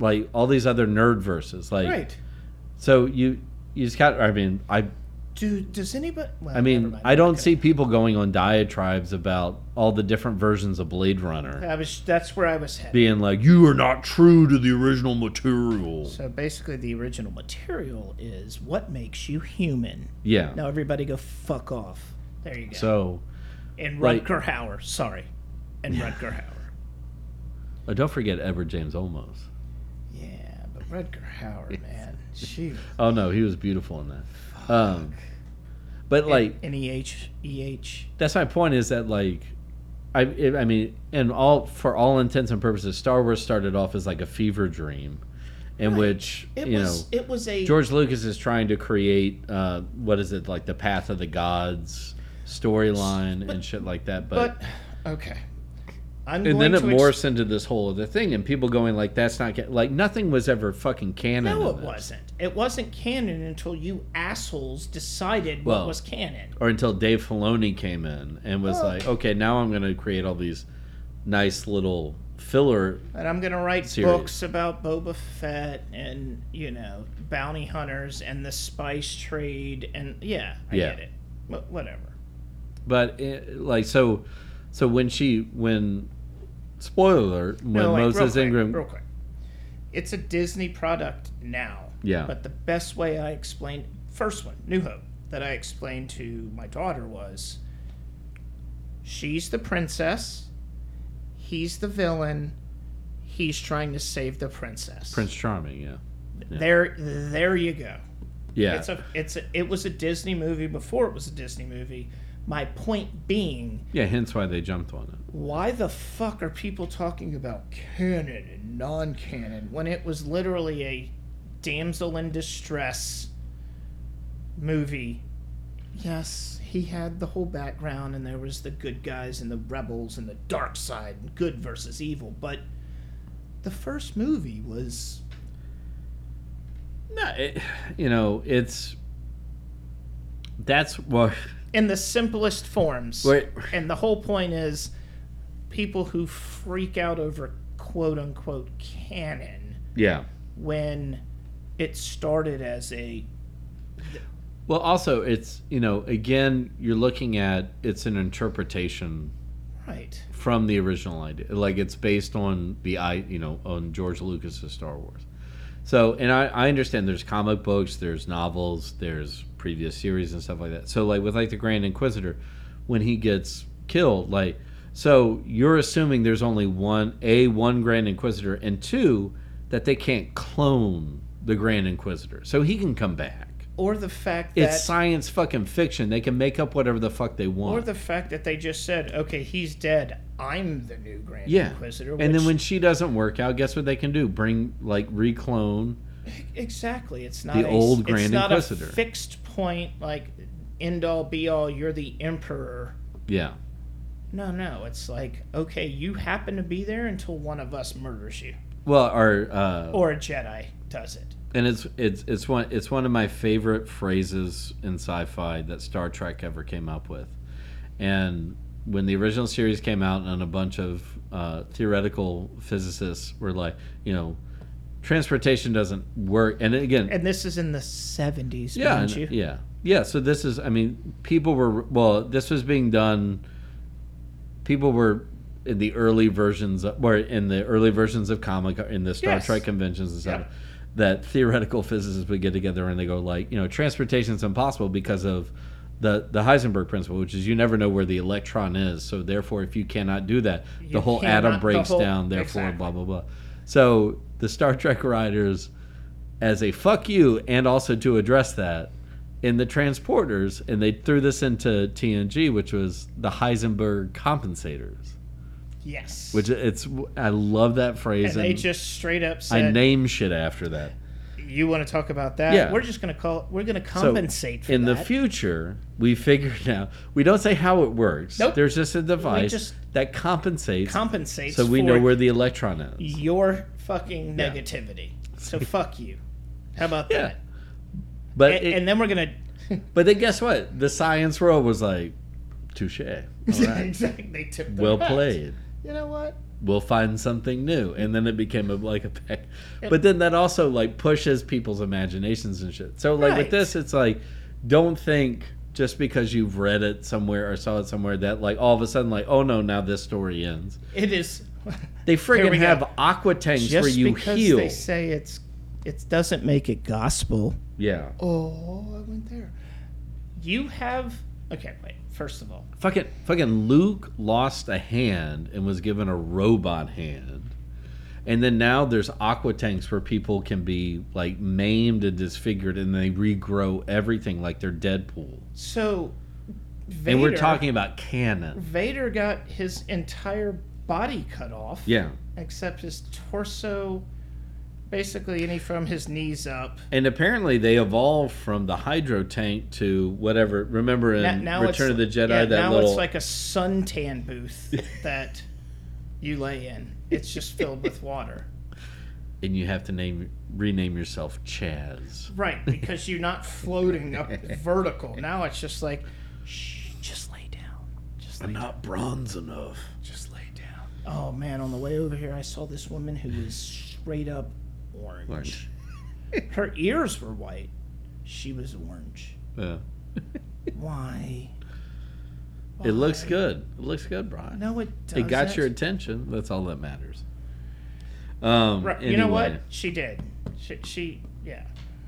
Speaker 1: like all these other nerd verses like
Speaker 3: Right,
Speaker 1: so you you just got I mean I
Speaker 3: dude. Does anybody? Well,
Speaker 1: I
Speaker 3: never
Speaker 1: mean,
Speaker 3: mind.
Speaker 1: I don't
Speaker 3: Okay.
Speaker 1: see people going on diatribes about all the different versions of Blade Runner
Speaker 3: I was. That's where I was headed.
Speaker 1: being like, you are not true to the original material.
Speaker 3: So basically, the original material is what makes you human.
Speaker 1: Yeah.
Speaker 3: Now everybody go fuck off. There you go.
Speaker 1: So,
Speaker 3: and
Speaker 1: like-
Speaker 3: Rutger Hauer, sorry, and Rutger Hauer.
Speaker 1: uh, don't forget Edward James Olmos.
Speaker 3: Yeah, but Rutger Hauer, man, shoot.
Speaker 1: Oh, no, he was beautiful in that. Um, but, like,
Speaker 3: N E H E H.
Speaker 1: that's my point is that, like, I, it, I mean, and all for all intents and purposes, Star Wars started off as like a fever dream, in which
Speaker 3: It
Speaker 1: you know
Speaker 3: was. It was a.
Speaker 1: George Lucas is trying to create uh, what is it like the Path of the Gods storyline and shit like that, but,
Speaker 3: but okay. I'm
Speaker 1: and
Speaker 3: going
Speaker 1: then it
Speaker 3: to ex-
Speaker 1: morphs into this whole other thing, and people going like that's not ca-. like nothing was ever fucking canon.
Speaker 3: No,
Speaker 1: in
Speaker 3: it
Speaker 1: this.
Speaker 3: wasn't. It wasn't canon until you assholes decided
Speaker 1: Well,
Speaker 3: what was canon.
Speaker 1: or until Dave Filoni came in and was
Speaker 3: Well-
Speaker 1: like, okay, now I'm going to create all these nice little filler.
Speaker 3: And I'm gonna write
Speaker 1: Series.
Speaker 3: books about Boba Fett and you know bounty hunters and the spice trade and yeah, I
Speaker 1: Yeah.
Speaker 3: get it. Wha- whatever.
Speaker 1: But it, like so, so when she when spoiler alert, when
Speaker 3: No, wait, real
Speaker 1: Moses
Speaker 3: quick,
Speaker 1: Ingram
Speaker 3: real quick. It's a Disney product now.
Speaker 1: Yeah.
Speaker 3: But the best way I explained first one, New Hope, that I explained to my daughter was she's the princess, he's the villain, he's trying to save the princess.
Speaker 1: Prince Charming, yeah.
Speaker 3: There, there you go.
Speaker 1: Yeah.
Speaker 3: It's a, it's a, it was a Disney movie before it was a Disney movie. My point being,
Speaker 1: yeah, hence why they jumped on it.
Speaker 3: why the fuck are people talking about canon and non-canon when it was literally a damsel in distress movie? Yes, he had the whole background, and there was the good guys and the rebels and the dark side, and good versus evil. But the first movie was
Speaker 1: No, it, you know, it's that's what
Speaker 3: in the simplest forms.
Speaker 1: Wait.
Speaker 3: And the whole point is people who freak out over quote unquote canon
Speaker 1: yeah.
Speaker 3: when it started as a
Speaker 1: Well, also it's, you know, again, you're looking at it's an interpretation
Speaker 3: right.
Speaker 1: from the original idea. Like it's based on the I, you know, on George Lucas's Star Wars. So, and I, I understand there's comic books, there's novels, there's previous series and stuff like that. So, like with like the Grand Inquisitor, when he gets killed, like, so you're assuming there's only one, a one Grand Inquisitor, and two that they can't clone the Grand Inquisitor, so he can come back.
Speaker 3: Or the fact that
Speaker 1: It's science fucking fiction. They can make up whatever the fuck they want.
Speaker 3: or the fact that they just said, okay, he's dead. I'm the new Grand
Speaker 1: yeah.
Speaker 3: Inquisitor.
Speaker 1: and then
Speaker 3: which-
Speaker 1: when she doesn't work out, guess what they can do? Bring like reclone.
Speaker 3: exactly, it's not
Speaker 1: The
Speaker 3: a,
Speaker 1: old
Speaker 3: it's
Speaker 1: Grand
Speaker 3: not
Speaker 1: Inquisitor.
Speaker 3: a fixed point like end all be all. You're the emperor.
Speaker 1: Yeah.
Speaker 3: No, no, it's like okay, you happen to be there until one of us murders you.
Speaker 1: Well, or uh,
Speaker 3: or a Jedi does it.
Speaker 1: and it's it's it's one it's one of my favorite phrases in sci-fi that Star Trek ever came up with. And when the original series came out, and a bunch of uh, theoretical physicists were like, you know, transportation doesn't work. And again,
Speaker 3: And this is in the 70s,
Speaker 1: yeah,
Speaker 3: weren't
Speaker 1: and-
Speaker 3: you?
Speaker 1: yeah, yeah. So this is, I mean, people were well. This was being done. People were in the early versions, of, or in the early versions of comic uh, in the Star
Speaker 3: Yes.
Speaker 1: Trek conventions and stuff.
Speaker 3: Yep.
Speaker 1: That theoretical physicists would get together and they go like, you know, transportation is impossible because of the the Heisenberg principle, which is you never know where the electron is. So therefore, if you cannot do that, the
Speaker 3: You
Speaker 1: whole
Speaker 3: cannot-
Speaker 1: atom
Speaker 3: the
Speaker 1: breaks
Speaker 3: whole-
Speaker 1: down. Therefore,
Speaker 3: Exactly.
Speaker 1: blah blah blah. So the Star Trek writers as a fuck you and also to address that in the transporters and they threw this into TNG which was the Heisenberg compensators
Speaker 3: Yes.
Speaker 1: which it's I love that
Speaker 3: and
Speaker 1: phrase and,
Speaker 3: they just straight up
Speaker 1: I
Speaker 3: said,
Speaker 1: name shit after that
Speaker 3: "You want to talk about that?
Speaker 1: Yeah.
Speaker 3: We're just going to call. We're going to compensate for
Speaker 1: in the
Speaker 3: that."
Speaker 1: future we figured out we don't say how it works
Speaker 3: Nope.
Speaker 1: there's just a device
Speaker 3: just-
Speaker 1: that compensates
Speaker 3: compensate.
Speaker 1: so we
Speaker 3: for
Speaker 1: know where the electron is
Speaker 3: your fucking negativity. So fuck you. How about
Speaker 1: Yeah.
Speaker 3: that?
Speaker 1: but
Speaker 3: And,
Speaker 1: it-
Speaker 3: and then we're gonna.
Speaker 1: but then guess what the science world was like touche All right.
Speaker 3: Exactly. They tipped their
Speaker 1: well
Speaker 3: hats.
Speaker 1: played
Speaker 3: You know what?
Speaker 1: we'll find something new and then it became a, like a pack but then that also like pushes people's imaginations and shit so like with
Speaker 3: Right.
Speaker 1: this it's like don't think just because you've read it somewhere or saw it somewhere that like all of a sudden like oh no now this story ends
Speaker 3: It is.
Speaker 1: they
Speaker 3: Here
Speaker 1: friggin
Speaker 3: we go.
Speaker 1: have aqua tanks
Speaker 3: Just
Speaker 1: where you
Speaker 3: because
Speaker 1: heal
Speaker 3: they say it's, it doesn't make it gospel.
Speaker 1: yeah
Speaker 3: Oh, I went there. You have okay. Wait. First of all,
Speaker 1: fucking fucking luke lost a hand and was given a robot hand and then now there's aqua tanks where people can be like maimed and disfigured and they regrow everything like they're deadpool
Speaker 3: so Vader,
Speaker 1: and we're talking about canon.
Speaker 3: Vader got his entire body cut off,
Speaker 1: Yeah,
Speaker 3: except his torso, basically any from his knees up.
Speaker 1: and apparently they evolved from the hydro tank to whatever. Remember in
Speaker 3: Na- now
Speaker 1: Return
Speaker 3: it's,
Speaker 1: of the Jedi,
Speaker 3: yeah,
Speaker 1: that
Speaker 3: now
Speaker 1: little
Speaker 3: it's like a suntan booth that you lay in. It's just filled with water,
Speaker 1: and you have to name rename yourself Chaz.
Speaker 3: right? Because you're not floating up vertical. Now it's just like, shh, just lay down, just lay down.
Speaker 1: Not bronze enough. Just lay down.
Speaker 3: Oh man, on the way over here, I saw this woman who was straight up orange.
Speaker 1: Orange.
Speaker 3: Her ears were white. She was orange.
Speaker 1: Yeah.
Speaker 3: Why?
Speaker 1: It looks
Speaker 3: Why?
Speaker 1: good. It looks good, Brian.
Speaker 3: No, it doesn't.
Speaker 1: it got your attention. That's all that matters. Um,
Speaker 3: Right, You know what?
Speaker 1: anyway.
Speaker 3: She did. She, she, yeah.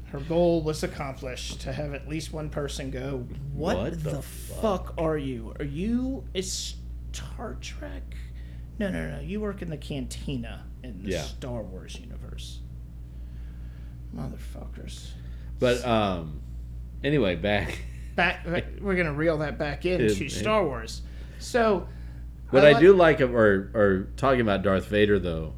Speaker 3: Her goal was accomplished to have at least one person go, What,
Speaker 1: What
Speaker 3: the,
Speaker 1: the
Speaker 3: fuck? are you? Are you a Star Trek? No, no, no. You work in the cantina in the
Speaker 1: Yeah.
Speaker 3: Star Wars universe. Motherfuckers.
Speaker 1: But um, anyway, back.
Speaker 3: Back, we're gonna reel that back into
Speaker 1: It-
Speaker 3: Star Wars. So,
Speaker 1: What
Speaker 3: I
Speaker 1: I,
Speaker 3: like-
Speaker 1: do like, or or talking about Darth Vader though,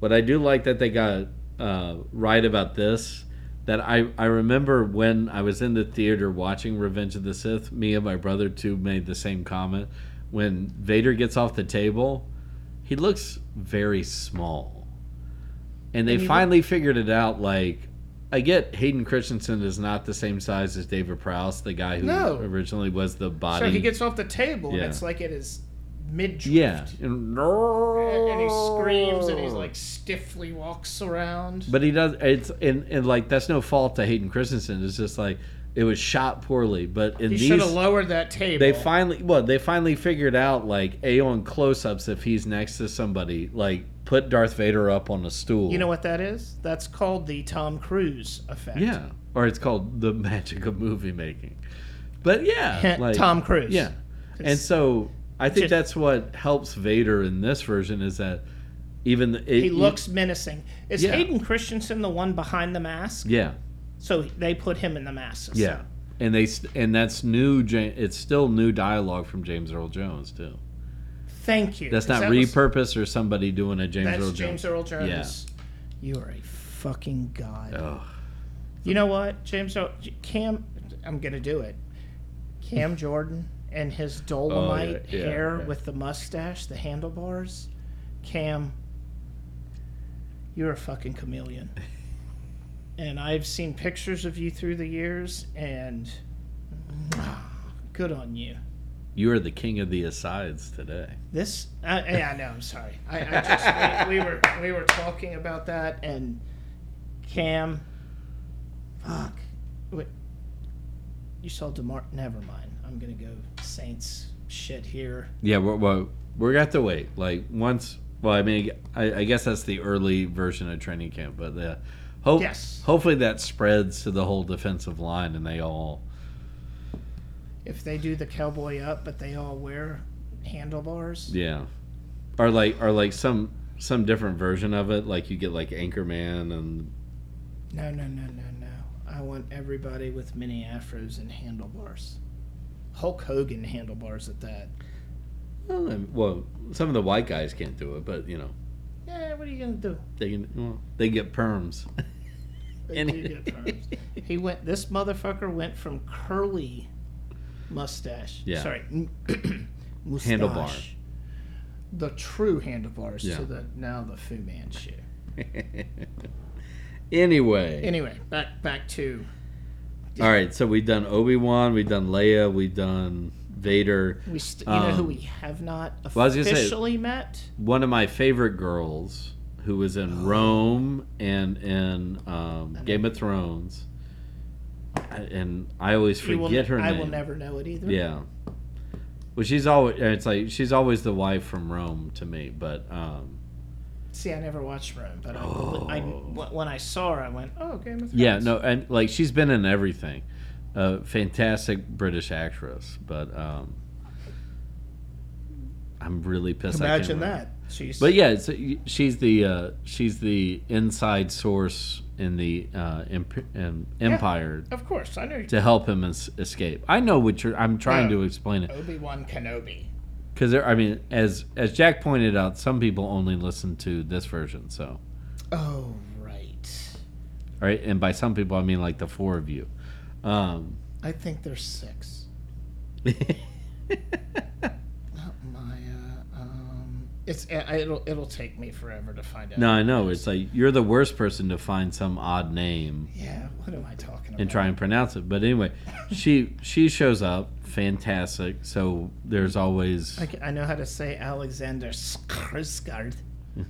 Speaker 1: what I do like that they got uh, right about this, that I I remember when I was in the theater watching Revenge of the Sith, me and my brother too made the same comment. When Vader gets off the table, he looks very small, and they
Speaker 3: And he look-
Speaker 1: finally figured it out. Like. I get Hayden Christensen is not the same size as David Prowse, the guy who
Speaker 3: No.
Speaker 1: originally was the body.
Speaker 3: so he gets off the table,
Speaker 1: um, Yeah.
Speaker 3: and it's like it is mid drift.
Speaker 1: yeah, and,
Speaker 3: And he screams,
Speaker 1: Oh.
Speaker 3: and he's like stiffly walks around.
Speaker 1: But he does. It's and, and like that's no fault to Hayden Christensen. It's just like it was shot poorly. But in
Speaker 3: He should have
Speaker 1: these,
Speaker 3: lowered that table.
Speaker 1: they finally well they finally figured out like a on close ups if he's next to somebody like put Darth Vader up on a stool.
Speaker 3: You know what that is? That's called the Tom Cruise effect.
Speaker 1: Yeah, or it's called the magic of movie making. But yeah, like,
Speaker 3: Tom Cruise.
Speaker 1: Yeah, and so I think
Speaker 3: Just-
Speaker 1: that's what helps Vader in this version is that even the, it,
Speaker 3: He looks menacing. Is
Speaker 1: Yeah.
Speaker 3: Hayden Christensen the one behind the mask?
Speaker 1: yeah
Speaker 3: So they put him in the mask.
Speaker 1: Yeah, and they st- and that's new. Ja- It's still new dialogue from James Earl Jones too.
Speaker 3: Thank you.
Speaker 1: That's not
Speaker 3: 'cause that was-
Speaker 1: repurposed or somebody doing a James
Speaker 3: That's
Speaker 1: Earl Jones.
Speaker 3: James Earl Jones. You are a fucking god.
Speaker 1: Ugh.
Speaker 3: You know what, James Earl Cam? I'm gonna do it. Cam Jordan and his Dolomite
Speaker 1: Oh, yeah,
Speaker 3: hair
Speaker 1: yeah.
Speaker 3: with the mustache, the handlebars. Cam, you're a fucking chameleon. And I've seen pictures of you through the years, and good on you.
Speaker 1: You are the king of the asides today.
Speaker 3: This, I, yeah, I know. I'm sorry. I, I just we, we were we were talking about that, and Cam, fuck, wait, you saw Demar. Never mind. I'm gonna go Saints shit here.
Speaker 1: Yeah, we're, we're, we're gonna have to wait. Like once. Well, I mean, I, I guess that's the early version of training camp, but uh, hope
Speaker 3: Yes.
Speaker 1: hopefully that spreads to the whole defensive line and they all.
Speaker 3: If they do the cowboy up, but they all wear handlebars.
Speaker 1: Yeah. Or like or like some some different version of it. Like you get like Anchorman and
Speaker 3: No, no, no, no, no. I want everybody with mini afros and handlebars. Hulk Hogan handlebars at that.
Speaker 1: well, then- well, some of the white guys can't do it, but you know
Speaker 3: Yeah, what are you gonna do?
Speaker 1: they can. Well, they get perms.
Speaker 3: They
Speaker 1: And-
Speaker 3: do get perms. he went. This motherfucker went from curly mustache.
Speaker 1: Yeah.
Speaker 3: Sorry. mustache,
Speaker 1: Handlebar.
Speaker 3: The true handlebars
Speaker 1: Yeah.
Speaker 3: to the now the Fu Manchu.
Speaker 1: anyway,
Speaker 3: Anyway, back back to
Speaker 1: all right. So we've done Obi Wan, we've done Leia, we've done Vader.
Speaker 3: we. St- you know who
Speaker 1: Um,
Speaker 3: we have not
Speaker 1: well, I was gonna say-
Speaker 3: officially met.
Speaker 1: One of my favorite girls, who was
Speaker 3: Oh.
Speaker 1: in Rome and in um, Game of Thrones, and I always
Speaker 3: You will,
Speaker 1: forget her
Speaker 3: I
Speaker 1: name.
Speaker 3: will never know it either.
Speaker 1: Yeah. Well, she's always it's like she's always the wife from Rome to me, but um,
Speaker 3: See, I never watched Rome, but I, I- wh- when I saw her, I went, "Oh, Game of Thrones."
Speaker 1: Oh. yeah, no, and like she's been in everything. Uh, fantastic British actress, but um, I'm really pissed. I can't
Speaker 3: Imagine
Speaker 1: remember.
Speaker 3: that. She's
Speaker 1: But yeah, it's, she's the uh, she's the inside source in the uh, imp- um, empire
Speaker 3: of course I knew
Speaker 1: to help him es- escape. I know what you're. I'm trying
Speaker 3: Yeah.
Speaker 1: to explain it.
Speaker 3: Obi Wan Kenobi.
Speaker 1: Because I mean, as as Jack pointed out, some people only listen to this version. So, all
Speaker 3: Oh right.
Speaker 1: right, and by some people I mean like the four of you. Um,
Speaker 3: I think there's six. Not my. Uh, um, it's I- it'll it'll take me forever to find out.
Speaker 1: no, I know it's like you're the worst person to find some odd name
Speaker 3: Yeah. What am I talking about?
Speaker 1: and try and pronounce it. But anyway, she she shows up, fantastic. So there's always
Speaker 3: I, ca- I know how to say Alexander Skarsgård.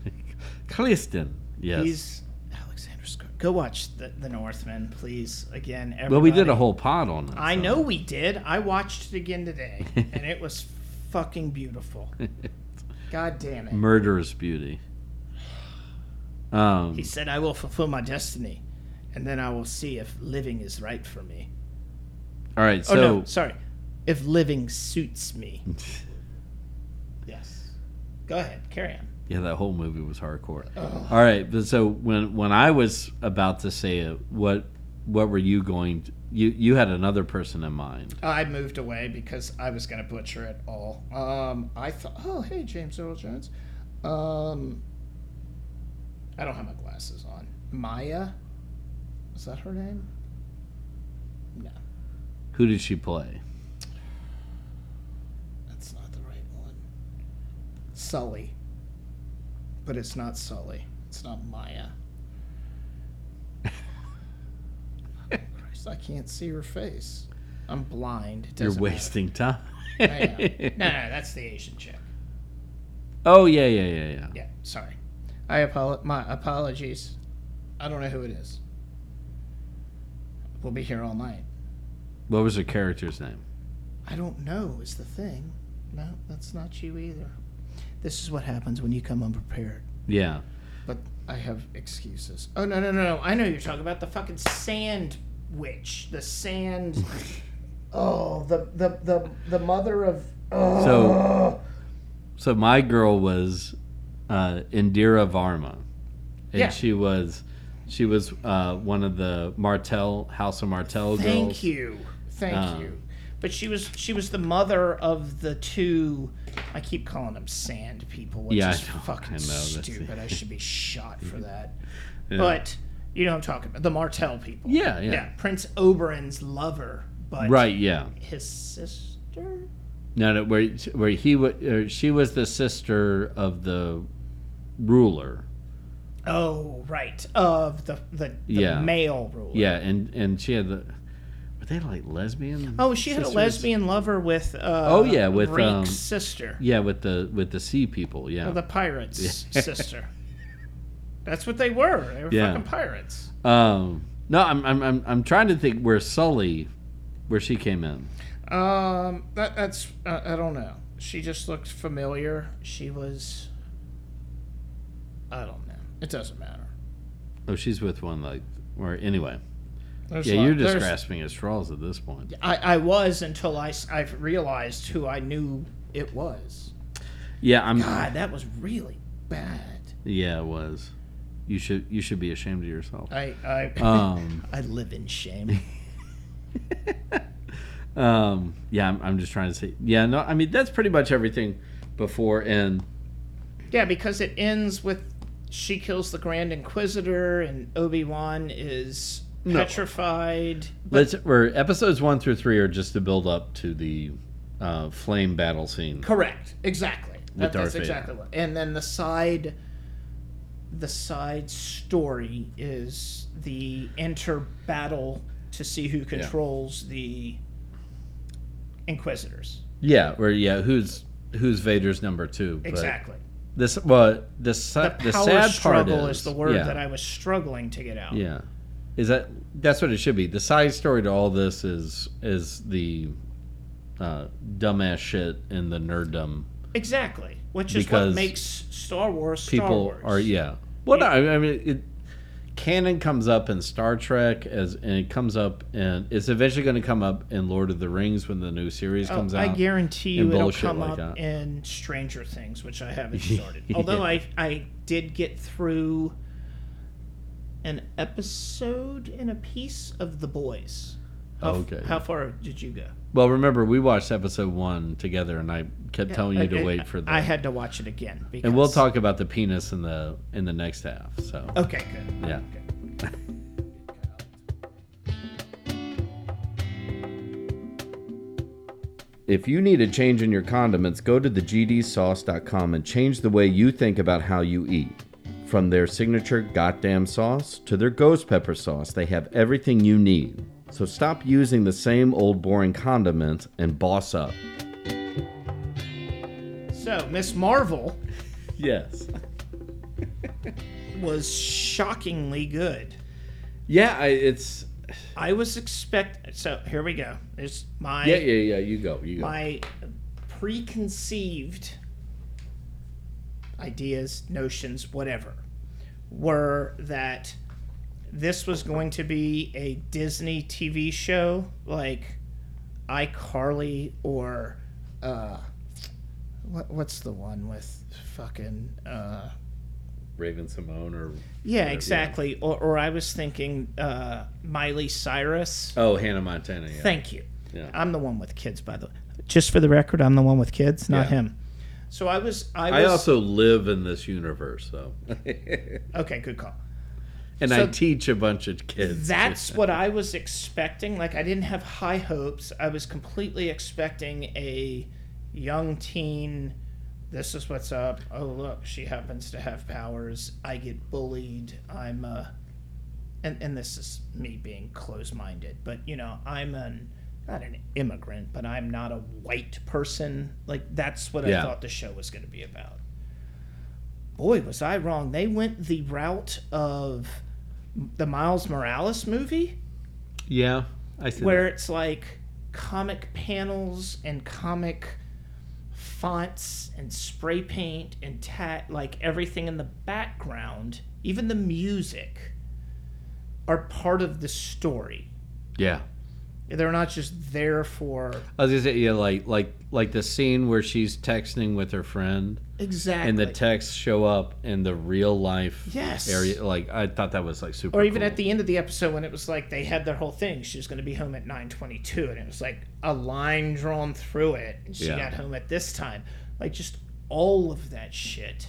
Speaker 1: Cliston. Yes.
Speaker 3: He's Alexander Skarsgård. Go watch the, the Northman, please. Again, everybody.
Speaker 1: well, we did a whole pod on it.
Speaker 3: I
Speaker 1: so.
Speaker 3: know we did. I watched it again today, and it was fucking beautiful. God damn it.
Speaker 1: murderous beauty. Um,
Speaker 3: He said, I will fulfill my destiny, and then I will see if living is right for me.
Speaker 1: all right,
Speaker 3: Oh,
Speaker 1: so
Speaker 3: no, sorry. If living suits me. yes. Go ahead, carry on.
Speaker 1: Yeah, that whole movie was hardcore.
Speaker 3: Oh.
Speaker 1: All right, but so when when I was about to say it, what what were you going? To, you you had another person in mind.
Speaker 3: I moved away because I was going to butcher it all. Um, I thought, oh, hey, James Earl Jones. Um, I don't have my glasses on. Maya? Is that her name? No,
Speaker 1: Who did she play?
Speaker 3: that's not the right one. Sully. But it's not Sully. It's not Maya. Oh, Christ, I can't see her face. I'm blind. It
Speaker 1: You're
Speaker 3: doesn't matter.
Speaker 1: wasting time.
Speaker 3: I am. No, no, that's the Asian chick.
Speaker 1: oh yeah, yeah, yeah, yeah.
Speaker 3: Yeah, sorry. I apolo- my apologies. I don't know who it is. We'll be here all night.
Speaker 1: What was her character's name?
Speaker 3: I don't know is the thing. No, that's not you either. This is what happens when you come unprepared.
Speaker 1: Yeah.
Speaker 3: But I have excuses. Oh no no no no! I know you're talking about the fucking sand witch, the sand. oh, the the the the mother of. Oh.
Speaker 1: So, so my girl was uh, Indira Varma, and
Speaker 3: Yeah.
Speaker 1: she was she was uh, one of the Martell House of Martell
Speaker 3: Thank
Speaker 1: girls.
Speaker 3: you, thank
Speaker 1: Um,
Speaker 3: you. But she was she was the mother of the two. I keep calling them sand people, which
Speaker 1: Yeah, I
Speaker 3: is
Speaker 1: know,
Speaker 3: fucking
Speaker 1: I know, that's-
Speaker 3: stupid. I should be shot for that.
Speaker 1: Yeah.
Speaker 3: But you know what I'm talking about the Martell people.
Speaker 1: Yeah, yeah,
Speaker 3: Prince Oberon's lover, but
Speaker 1: right, yeah.
Speaker 3: his sister.
Speaker 1: No, no, where where he was, she was the sister of the ruler.
Speaker 3: Oh, right. Of the the, the
Speaker 1: Yeah.
Speaker 3: male ruler.
Speaker 1: Yeah, and and she had the were they like lesbian?
Speaker 3: Oh, she had a
Speaker 1: sisters?
Speaker 3: lesbian lover with. Uh,
Speaker 1: Oh, yeah, with,
Speaker 3: Reek's
Speaker 1: um,
Speaker 3: sister.
Speaker 1: Yeah, with the with the sea people. Yeah.
Speaker 3: Or the pirates' sister. That's what they were. They were
Speaker 1: Yeah.
Speaker 3: fucking pirates.
Speaker 1: um. No, I'm I'm I'm I'm trying to think where Sully, where she came in.
Speaker 3: Um, that, that's uh, I don't know. She just looked familiar. She was. I don't know. It doesn't matter.
Speaker 1: Oh, she's with one like or anyway.
Speaker 3: There's
Speaker 1: Yeah,
Speaker 3: lot-
Speaker 1: you're just
Speaker 3: there's-
Speaker 1: grasping at straws at this point.
Speaker 3: I, I was until I s- I realized who I knew it was.
Speaker 1: Yeah, I'm.
Speaker 3: God, that was really bad.
Speaker 1: Yeah, it was. You should you should be ashamed of yourself.
Speaker 3: I I
Speaker 1: Um.
Speaker 3: I live in shame.
Speaker 1: Um. Yeah, I'm, I'm just trying to say. Yeah. No, I mean that's pretty much everything before and
Speaker 3: Yeah, because it ends with she kills the Grand Inquisitor and Obi Wan is petrified.
Speaker 1: let's. Or episodes one through three are just to build up to the uh, flame battle scene.
Speaker 3: Correct. Exactly. That-
Speaker 1: Darth
Speaker 3: that's
Speaker 1: Vader.
Speaker 3: exactly what. And then the side, the side story is the inter battle to see who controls the Inquisitors.
Speaker 1: Yeah. Or yeah, who's who's Vader's number two? but
Speaker 3: Exactly.
Speaker 1: This. Well, the sa-
Speaker 3: The
Speaker 1: the,
Speaker 3: power
Speaker 1: sad part
Speaker 3: struggle
Speaker 1: is,
Speaker 3: is, the word
Speaker 1: yeah,
Speaker 3: that I was struggling to get out.
Speaker 1: Yeah. Is that that's what it should be. The side story to all this is is the uh, dumbass shit and the nerddom
Speaker 3: Exactly. Which is
Speaker 1: Because
Speaker 3: what makes Star Wars. Star
Speaker 1: people
Speaker 3: Wars.
Speaker 1: are yeah. Well, no, I I mean it. Canon comes up in Star Trek as and it comes up and it's eventually going to come up in Lord of the Rings when the new series
Speaker 3: Oh,
Speaker 1: comes
Speaker 3: I
Speaker 1: out.
Speaker 3: guarantee
Speaker 1: and
Speaker 3: you it'll
Speaker 1: bullshit
Speaker 3: come
Speaker 1: like
Speaker 3: up
Speaker 1: that.
Speaker 3: in Stranger Things, which I haven't started. Although I I did get through an episode and a piece of The Boys. How,
Speaker 1: Okay.
Speaker 3: How far did you go?
Speaker 1: well, remember we watched episode one together and I kept telling you to
Speaker 3: I-
Speaker 1: wait for the
Speaker 3: I had to watch it again. Because,
Speaker 1: and we'll talk about the penis in the in the next half. So
Speaker 3: Okay, good.
Speaker 1: yeah.
Speaker 3: Okay.
Speaker 1: If you need a change in your condiments, go to thegdsauce.com and change the way you think about how you eat. From their signature goddamn sauce to their ghost pepper sauce, they have everything you need. So stop using the same old boring condiments and boss up.
Speaker 3: So Miss Marvel
Speaker 1: Yes.
Speaker 3: was shockingly good.
Speaker 1: Yeah, I, it's
Speaker 3: I was expect so here we go. There's my
Speaker 1: yeah, yeah, yeah. You go, you go.
Speaker 3: my preconceived ideas, notions, whatever, were that this was going to be a Disney TV show like iCarly or uh, what, what's the one with fucking uh
Speaker 1: Raven Simone or yeah.
Speaker 3: yeah exactly Or, or i was thinking uh miley cyrus
Speaker 1: oh Hannah Montana. Yeah.
Speaker 3: thank you
Speaker 1: Yeah.
Speaker 3: i'm the one with kids by the way just for the record i'm the one with kids not
Speaker 1: Yeah.
Speaker 3: him so i was i
Speaker 1: I
Speaker 3: was
Speaker 1: also live in this universe, so
Speaker 3: okay good call
Speaker 1: and I
Speaker 3: So-
Speaker 1: teach a bunch of kids.
Speaker 3: That's what I was expecting. Like I didn't have high hopes. I was completely expecting a young teen. This is what's up. Oh look, she happens to have powers. I get bullied. I'm uh, a, and and this is me being close-minded. But you know, I'm an not an immigrant, but I'm not a white person. Like that's what
Speaker 1: Yeah.
Speaker 3: I thought the show was going to be about. Boy, was I wrong. They went the route of the Miles Morales movie,
Speaker 1: yeah, I see.
Speaker 3: where it's like comic panels and comic fonts and spray paint and tat, like everything in the background, even the music, are part of the story.
Speaker 1: that. yeah.
Speaker 3: They're not just there for
Speaker 1: I was gonna say yeah, like like like the scene where she's texting with her friend,
Speaker 3: exactly,
Speaker 1: and the texts show up in the real life
Speaker 3: Yes.
Speaker 1: area. Like I thought that was like super.
Speaker 3: or even
Speaker 1: cool.
Speaker 3: at the end of the episode when it was like they had their whole thing. She was going to be home at nine twenty-two, and it was like a line drawn through it, and she
Speaker 1: Yeah.
Speaker 3: got home at this time. Like just all of that shit.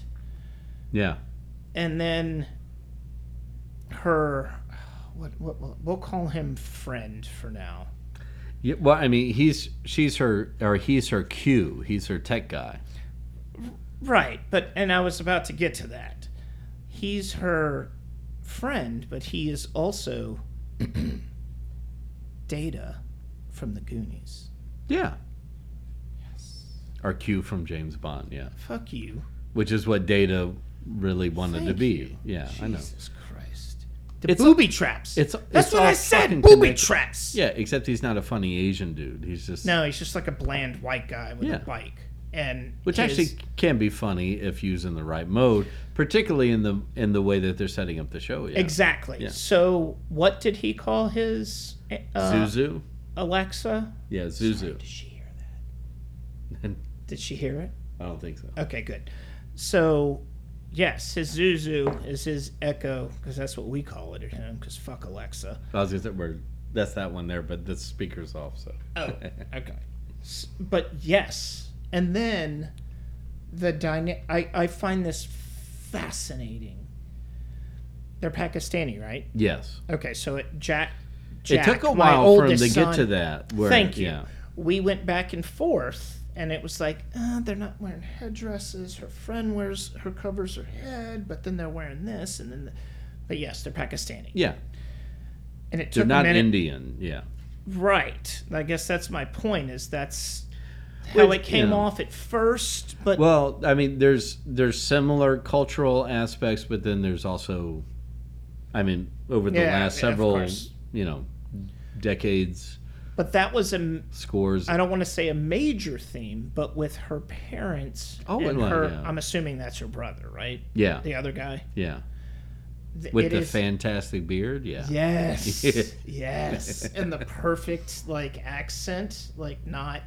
Speaker 1: yeah
Speaker 3: and then her what, what what- we'll call him friend for now
Speaker 1: yeah. Well, I mean, he's she's her or he's her Q. He's her tech guy.
Speaker 3: right but and i was about to get to that he's her friend but he is also data from the goonies
Speaker 1: Yeah. Or Q from James Bond, yeah,
Speaker 3: fuck you
Speaker 1: which is what Data really wanted to
Speaker 3: Thank
Speaker 1: be.
Speaker 3: you.
Speaker 1: Yeah, I know.
Speaker 3: jesus christ the
Speaker 1: It's-
Speaker 3: booby traps
Speaker 1: it's-
Speaker 3: that's
Speaker 1: it's
Speaker 3: what
Speaker 1: all
Speaker 3: i said
Speaker 1: fucking
Speaker 3: booby
Speaker 1: connected.
Speaker 3: traps
Speaker 1: Yeah, except he's not a funny Asian dude. He's just
Speaker 3: no he's just like a bland white guy with
Speaker 1: Yeah.
Speaker 3: a bike and
Speaker 1: which
Speaker 3: his-
Speaker 1: actually can be funny if used in the right mode, particularly in the in the way that they're setting up the show. Yeah.
Speaker 3: Exactly.
Speaker 1: Yeah.
Speaker 3: So, what did he call his uh,
Speaker 1: Zuzu.
Speaker 3: Alexa?
Speaker 1: Yeah, Zuzu.
Speaker 3: Did she hear that? Did she hear it?
Speaker 1: I don't think so.
Speaker 3: Okay, good. So, yes, his Zuzu is his Echo because that's what we call it at home. Because fuck Alexa.
Speaker 1: I was gonna say we're, that's that one there, but the speaker's off. So
Speaker 3: Oh, okay. S- But yes, and then the dyna- I I find this fascinating. They're Pakistani, right?
Speaker 1: yes,
Speaker 3: Okay, so it Jack. Jack
Speaker 1: it took a
Speaker 3: my
Speaker 1: while for him
Speaker 3: oldest
Speaker 1: to get
Speaker 3: son-
Speaker 1: to that. Where,
Speaker 3: Thank you.
Speaker 1: Yeah,
Speaker 3: We went back and forth, and it was like uh, they're not wearing headdresses. Her friend wears her covers her head, but then they're wearing this, and then. The, but yes, they're Pakistani,
Speaker 1: yeah.
Speaker 3: and it
Speaker 1: They're
Speaker 3: took
Speaker 1: not
Speaker 3: a minute.
Speaker 1: Indian. Yeah,
Speaker 3: right. I guess that's my point. Is that's how
Speaker 1: Which,
Speaker 3: it came
Speaker 1: yeah.
Speaker 3: off at first, but
Speaker 1: Well, I mean, there's there's similar cultural aspects, but then there's also, I mean, over the
Speaker 3: Yeah,
Speaker 1: last
Speaker 3: yeah, of
Speaker 1: several,
Speaker 3: course.
Speaker 1: you know, decades,
Speaker 3: but that was a.
Speaker 1: scores.
Speaker 3: I don't want to say a major theme, but with her parents
Speaker 1: Oh,
Speaker 3: and
Speaker 1: well,
Speaker 3: her,
Speaker 1: yeah.
Speaker 3: I'm assuming that's her brother, right?
Speaker 1: yeah,
Speaker 3: The other guy
Speaker 1: yeah,
Speaker 3: Th-
Speaker 1: with
Speaker 3: it
Speaker 1: the
Speaker 3: is-
Speaker 1: fantastic beard. Yeah,
Speaker 3: Yes. yes. And the perfect like accent, like not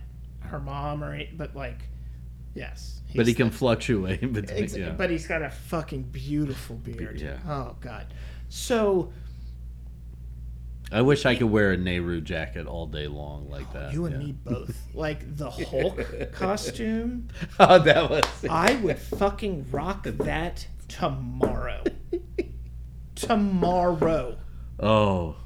Speaker 3: her mom or any- but like yes.
Speaker 1: but he
Speaker 3: He's-
Speaker 1: can fluctuate between.
Speaker 3: ex-
Speaker 1: yeah.
Speaker 3: but he's got a fucking beautiful beard.
Speaker 1: yeah.
Speaker 3: Oh god. So
Speaker 1: I wish I could wear a Nehru jacket all day long like that.
Speaker 3: Oh, you and
Speaker 1: Uh, yeah.
Speaker 3: me both. Like the Hulk costume.
Speaker 1: Oh, that was.
Speaker 3: I would fucking rock that tomorrow. tomorrow.
Speaker 1: Oh,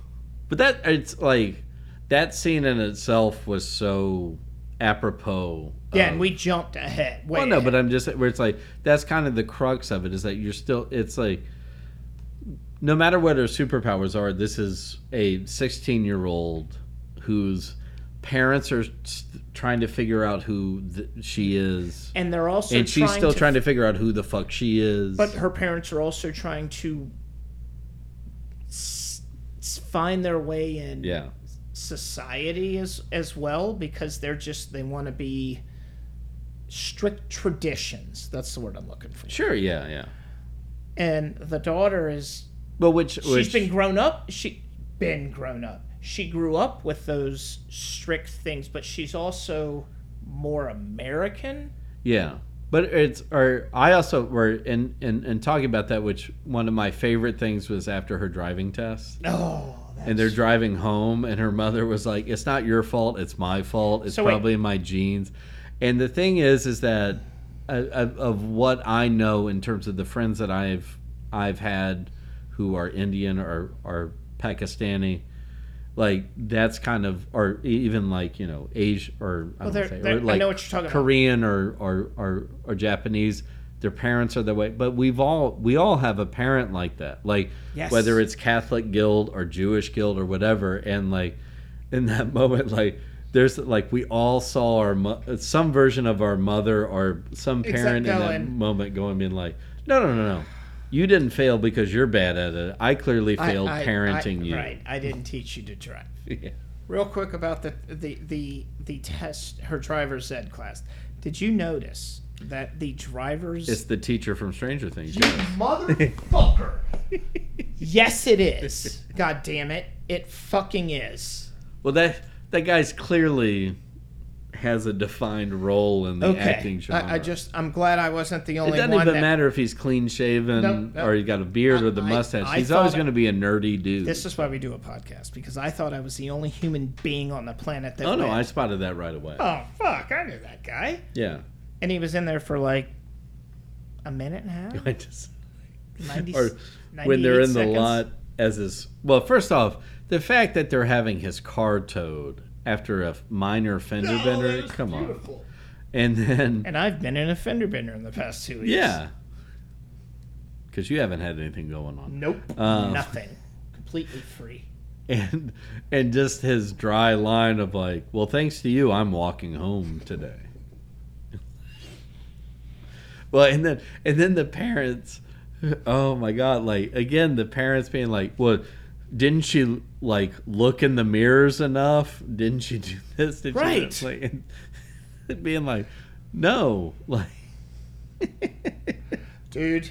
Speaker 1: but that it's like that scene in itself was so apropos.
Speaker 3: Yeah,
Speaker 1: of-
Speaker 3: and we jumped ahead. Wait.
Speaker 1: Um, Well, no, but I'm just where it's like that's kind of the crux of it is that you're still. It's like no matter what her superpowers are, this is a 16 year old whose parents are s- trying to figure out who th- she is,
Speaker 3: and they're also
Speaker 1: and she's
Speaker 3: trying
Speaker 1: still
Speaker 3: to
Speaker 1: trying to figure out who the fuck she is.
Speaker 3: But her parents are also trying to s- s- find their way in
Speaker 1: yeah,
Speaker 3: society as as well because they're just they want to be strict traditions. That's the word I'm looking for.
Speaker 1: sure, yeah, yeah.
Speaker 3: And the daughter is
Speaker 1: But which
Speaker 3: she's
Speaker 1: which
Speaker 3: been grown up. She been grown up. She grew up with those strict things, but she's also more American.
Speaker 1: Yeah, but it's or I also were in in and talking about that, which one of my favorite things was after her driving test,
Speaker 3: Oh, that's,
Speaker 1: and they're driving home, and her mother was like, "It's not your fault. It's my fault. It's
Speaker 3: So wait.
Speaker 1: probably in my genes." And the thing is, is that uh, of, of what I know in terms of the friends that I've I've had who are Indian or or Pakistani. Like that's kind of, or e- even like you know, Asia or I don't
Speaker 3: well, they're,
Speaker 1: say, or,
Speaker 3: they're, I
Speaker 1: like
Speaker 3: know what you're talking about.
Speaker 1: Korean or, or or or Japanese, their parents are the way. But we've all we all have a parent like that, like
Speaker 3: Yes.
Speaker 1: whether it's Catholic guild or Jewish guild or whatever. And like in that moment, like there's like we all saw our mo- some version of our mother or some
Speaker 3: Except
Speaker 1: parent in that
Speaker 3: Ellen.
Speaker 1: moment going being like, no no no no. You didn't fail because you're bad at it. I clearly
Speaker 3: I-
Speaker 1: failed
Speaker 3: I-
Speaker 1: parenting
Speaker 3: I-
Speaker 1: you.
Speaker 3: Right. I didn't teach you to drive.
Speaker 1: Yeah.
Speaker 3: Real quick about the the the the test her driver's ed class. Did you notice that the driver's
Speaker 1: It's the teacher from Stranger Things.
Speaker 3: You motherfucker. yes, it is. God damn it. It fucking is.
Speaker 1: Well, that that guy's clearly has a defined role in the
Speaker 3: Okay.
Speaker 1: acting genre.
Speaker 3: I, I just, I'm glad I wasn't the
Speaker 1: it
Speaker 3: only
Speaker 1: doesn't
Speaker 3: one.
Speaker 1: even
Speaker 3: that,
Speaker 1: matter if he's clean shaven
Speaker 3: Nope, nope.
Speaker 1: or he's got a beard or the
Speaker 3: I-
Speaker 1: mustache.
Speaker 3: I
Speaker 1: he's always
Speaker 3: thought-
Speaker 1: going to be a nerdy dude.
Speaker 3: This is why we do a podcast, because I thought I was the only human being on the planet that
Speaker 1: oh no, I
Speaker 3: went,
Speaker 1: spotted that right away.
Speaker 3: Oh, fuck. I knew that guy.
Speaker 1: yeah,
Speaker 3: And he was in there for like a minute and a half?
Speaker 1: I just
Speaker 3: 90,
Speaker 1: or when they're
Speaker 3: 98
Speaker 1: in the
Speaker 3: seconds?
Speaker 1: lot as his. Well, first off, the fact that they're having his car towed after a minor fender
Speaker 3: Oh,
Speaker 1: bender.
Speaker 3: that was
Speaker 1: Come on,
Speaker 3: beautiful.
Speaker 1: and then
Speaker 3: And I've been in a fender bender in the past two weeks.
Speaker 1: yeah, because you haven't had anything going on.
Speaker 3: Nope.
Speaker 1: Um,
Speaker 3: nothing. Completely free.
Speaker 1: and and just his dry line of like, "Well, thanks to you, I'm walking home today." well, and then and then the parents, oh my god, like again the parents being like, "Well, didn't she like look in the mirrors enough? Didn't she do this? Did
Speaker 3: Right.
Speaker 1: She, like, and- and being like, "No, like."
Speaker 3: dude.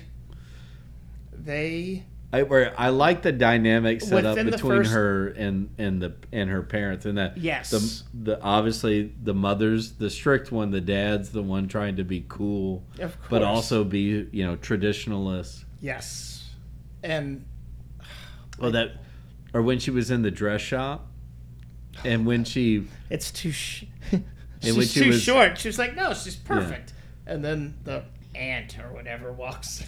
Speaker 3: They
Speaker 1: I, where I like the dynamic set up
Speaker 3: Within the
Speaker 1: between
Speaker 3: first-
Speaker 1: her and and the and her parents, and that
Speaker 3: Yes.
Speaker 1: the, the obviously the mother's the strict one, the dad's the one trying to be cool,
Speaker 3: Of
Speaker 1: but
Speaker 3: course.
Speaker 1: also be you know traditionalist.
Speaker 3: yes, and
Speaker 1: Oh, that or when she was in the dress shop, and when she
Speaker 3: it's too. Sh-
Speaker 1: when
Speaker 3: she's
Speaker 1: she
Speaker 3: too
Speaker 1: was-
Speaker 3: short. She was like, no, she's perfect. And then the aunt or whatever walks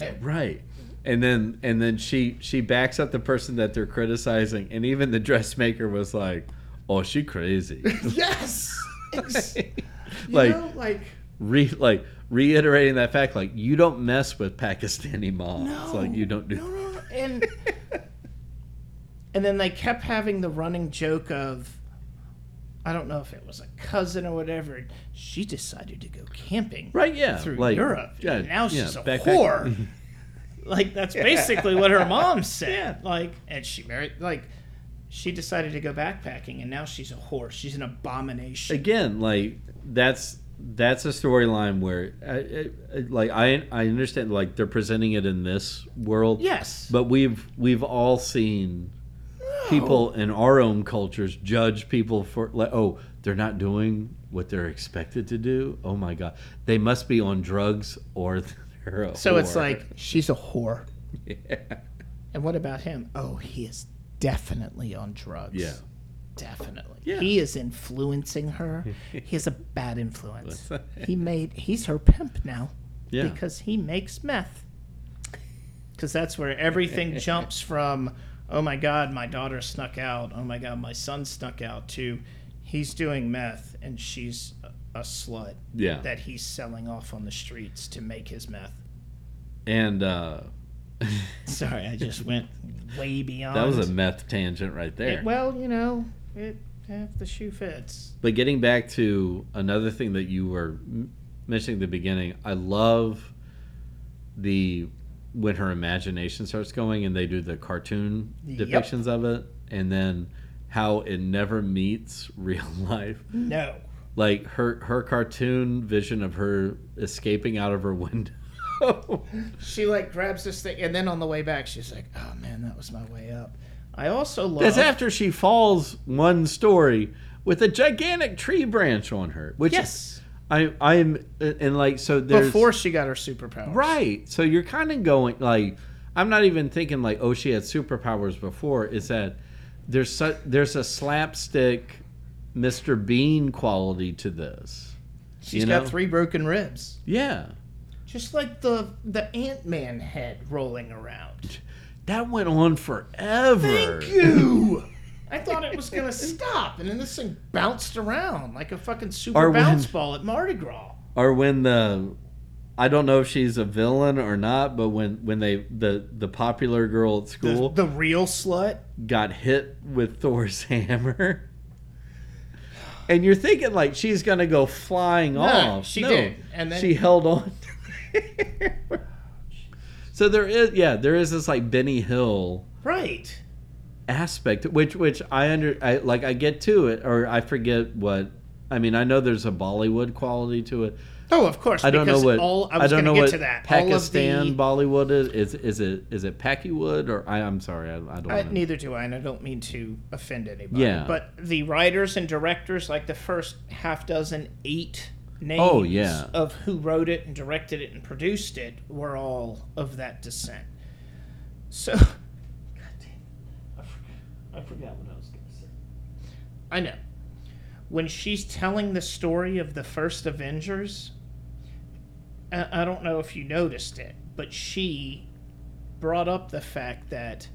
Speaker 3: in.
Speaker 1: right. And then and then she she backs up the person that they're criticizing, and even the dressmaker was like, "Oh, she crazy."
Speaker 3: yes, It's- you
Speaker 1: like
Speaker 3: know, like
Speaker 1: re, like reiterating that fact like you don't mess with pakistani moms
Speaker 3: no,
Speaker 1: like you don't do
Speaker 3: no, no, no. and and then they kept having the running joke of. I don't know if it was a cousin or whatever. She decided to go camping.
Speaker 1: right yeah
Speaker 3: through
Speaker 1: like,
Speaker 3: Europe. and now she's a
Speaker 1: backpack-
Speaker 3: whore. like that's basically what her mom said. Like, and she married. Like, she decided to go backpacking, and now she's a whore. She's an abomination.
Speaker 1: again like that's that's a storyline where I, I, I- like I, I understand like they're presenting it in this world
Speaker 3: yes,
Speaker 1: but we've we've all seen people in our own cultures judge people for like oh they're not doing what they're expected to do oh my god they must be on drugs or they're a
Speaker 3: so it's
Speaker 1: whore.
Speaker 3: like she's a whore. And what about him? Oh, he is definitely on drugs.
Speaker 1: yeah
Speaker 3: definitely.
Speaker 1: Yeah.
Speaker 3: He is influencing her. he is a bad influence. he made. He's her pimp now.
Speaker 1: yeah
Speaker 3: because he makes meth. Because that's where everything jumps from, oh my God, my daughter snuck out, oh my God, my son snuck out, to he's doing meth and she's a- a slut
Speaker 1: yeah
Speaker 3: that he's selling off on the streets to make his meth.
Speaker 1: And uh,
Speaker 3: Sorry, I just went way beyond.
Speaker 1: that was a meth tangent right there.
Speaker 3: Well, you know, it, if the shoe fits.
Speaker 1: But getting back to another thing that you were m- mentioning at the beginning, I love the when her imagination starts going and they do the cartoon
Speaker 3: Yep.
Speaker 1: depictions of it, and then how it never meets real life.
Speaker 3: No.
Speaker 1: Like her her cartoon vision of her escaping out of her window.
Speaker 3: She like grabs this thing, and then on the way back, she's like, oh man, that was my way up. I also love.
Speaker 1: That's after she falls one story with a gigantic tree branch on her, which
Speaker 3: Yes.
Speaker 1: I I am and like so there's
Speaker 3: Before she got her superpowers.
Speaker 1: right. So you're kind of going like I'm not even thinking like oh she had superpowers before. Is that there's such there's a slapstick Mr. Bean quality to this.
Speaker 3: She's
Speaker 1: you
Speaker 3: got
Speaker 1: know?
Speaker 3: three broken ribs.
Speaker 1: Yeah.
Speaker 3: Just like the the Ant Man head rolling around.
Speaker 1: That went on forever.
Speaker 3: Thank you. I thought it was gonna stop, and then this thing bounced around like a fucking super
Speaker 1: Or when-
Speaker 3: bounce ball at Mardi Gras.
Speaker 1: Or when the I don't know if she's a villain or not, but when when they the the popular girl at
Speaker 3: The,
Speaker 1: school
Speaker 3: the real slut.
Speaker 1: got hit with Thor's hammer. And you're thinking like she's gonna go flying off.
Speaker 3: she did, and then-
Speaker 1: she held on. so there is yeah, there is this like Benny Hill
Speaker 3: Right.
Speaker 1: aspect which which I under I like I get to it or I forget what I mean, I know there's a Bollywood quality to it.
Speaker 3: Oh, of course.
Speaker 1: I don't know
Speaker 3: because
Speaker 1: what
Speaker 3: All, I,
Speaker 1: I,
Speaker 3: was
Speaker 1: don't know
Speaker 3: gonna get
Speaker 1: what
Speaker 3: to that. All of
Speaker 1: Pakistan
Speaker 3: the-
Speaker 1: Bollywood is. is. Is it is it Packywood or I, I'm sorry, I, I don't
Speaker 3: I,
Speaker 1: know.
Speaker 3: neither do I, and I don't mean to offend anybody.
Speaker 1: Yeah.
Speaker 3: But the writers and directors, like the first half dozen, eight names
Speaker 1: Oh, yeah.
Speaker 3: of who wrote it and directed it and produced it, were all of that descent. So, God damn, I forgot, I forgot what I was going to say. I know. When she's telling the story of the first Avengers, I I don't know if you noticed it, but she brought up the fact that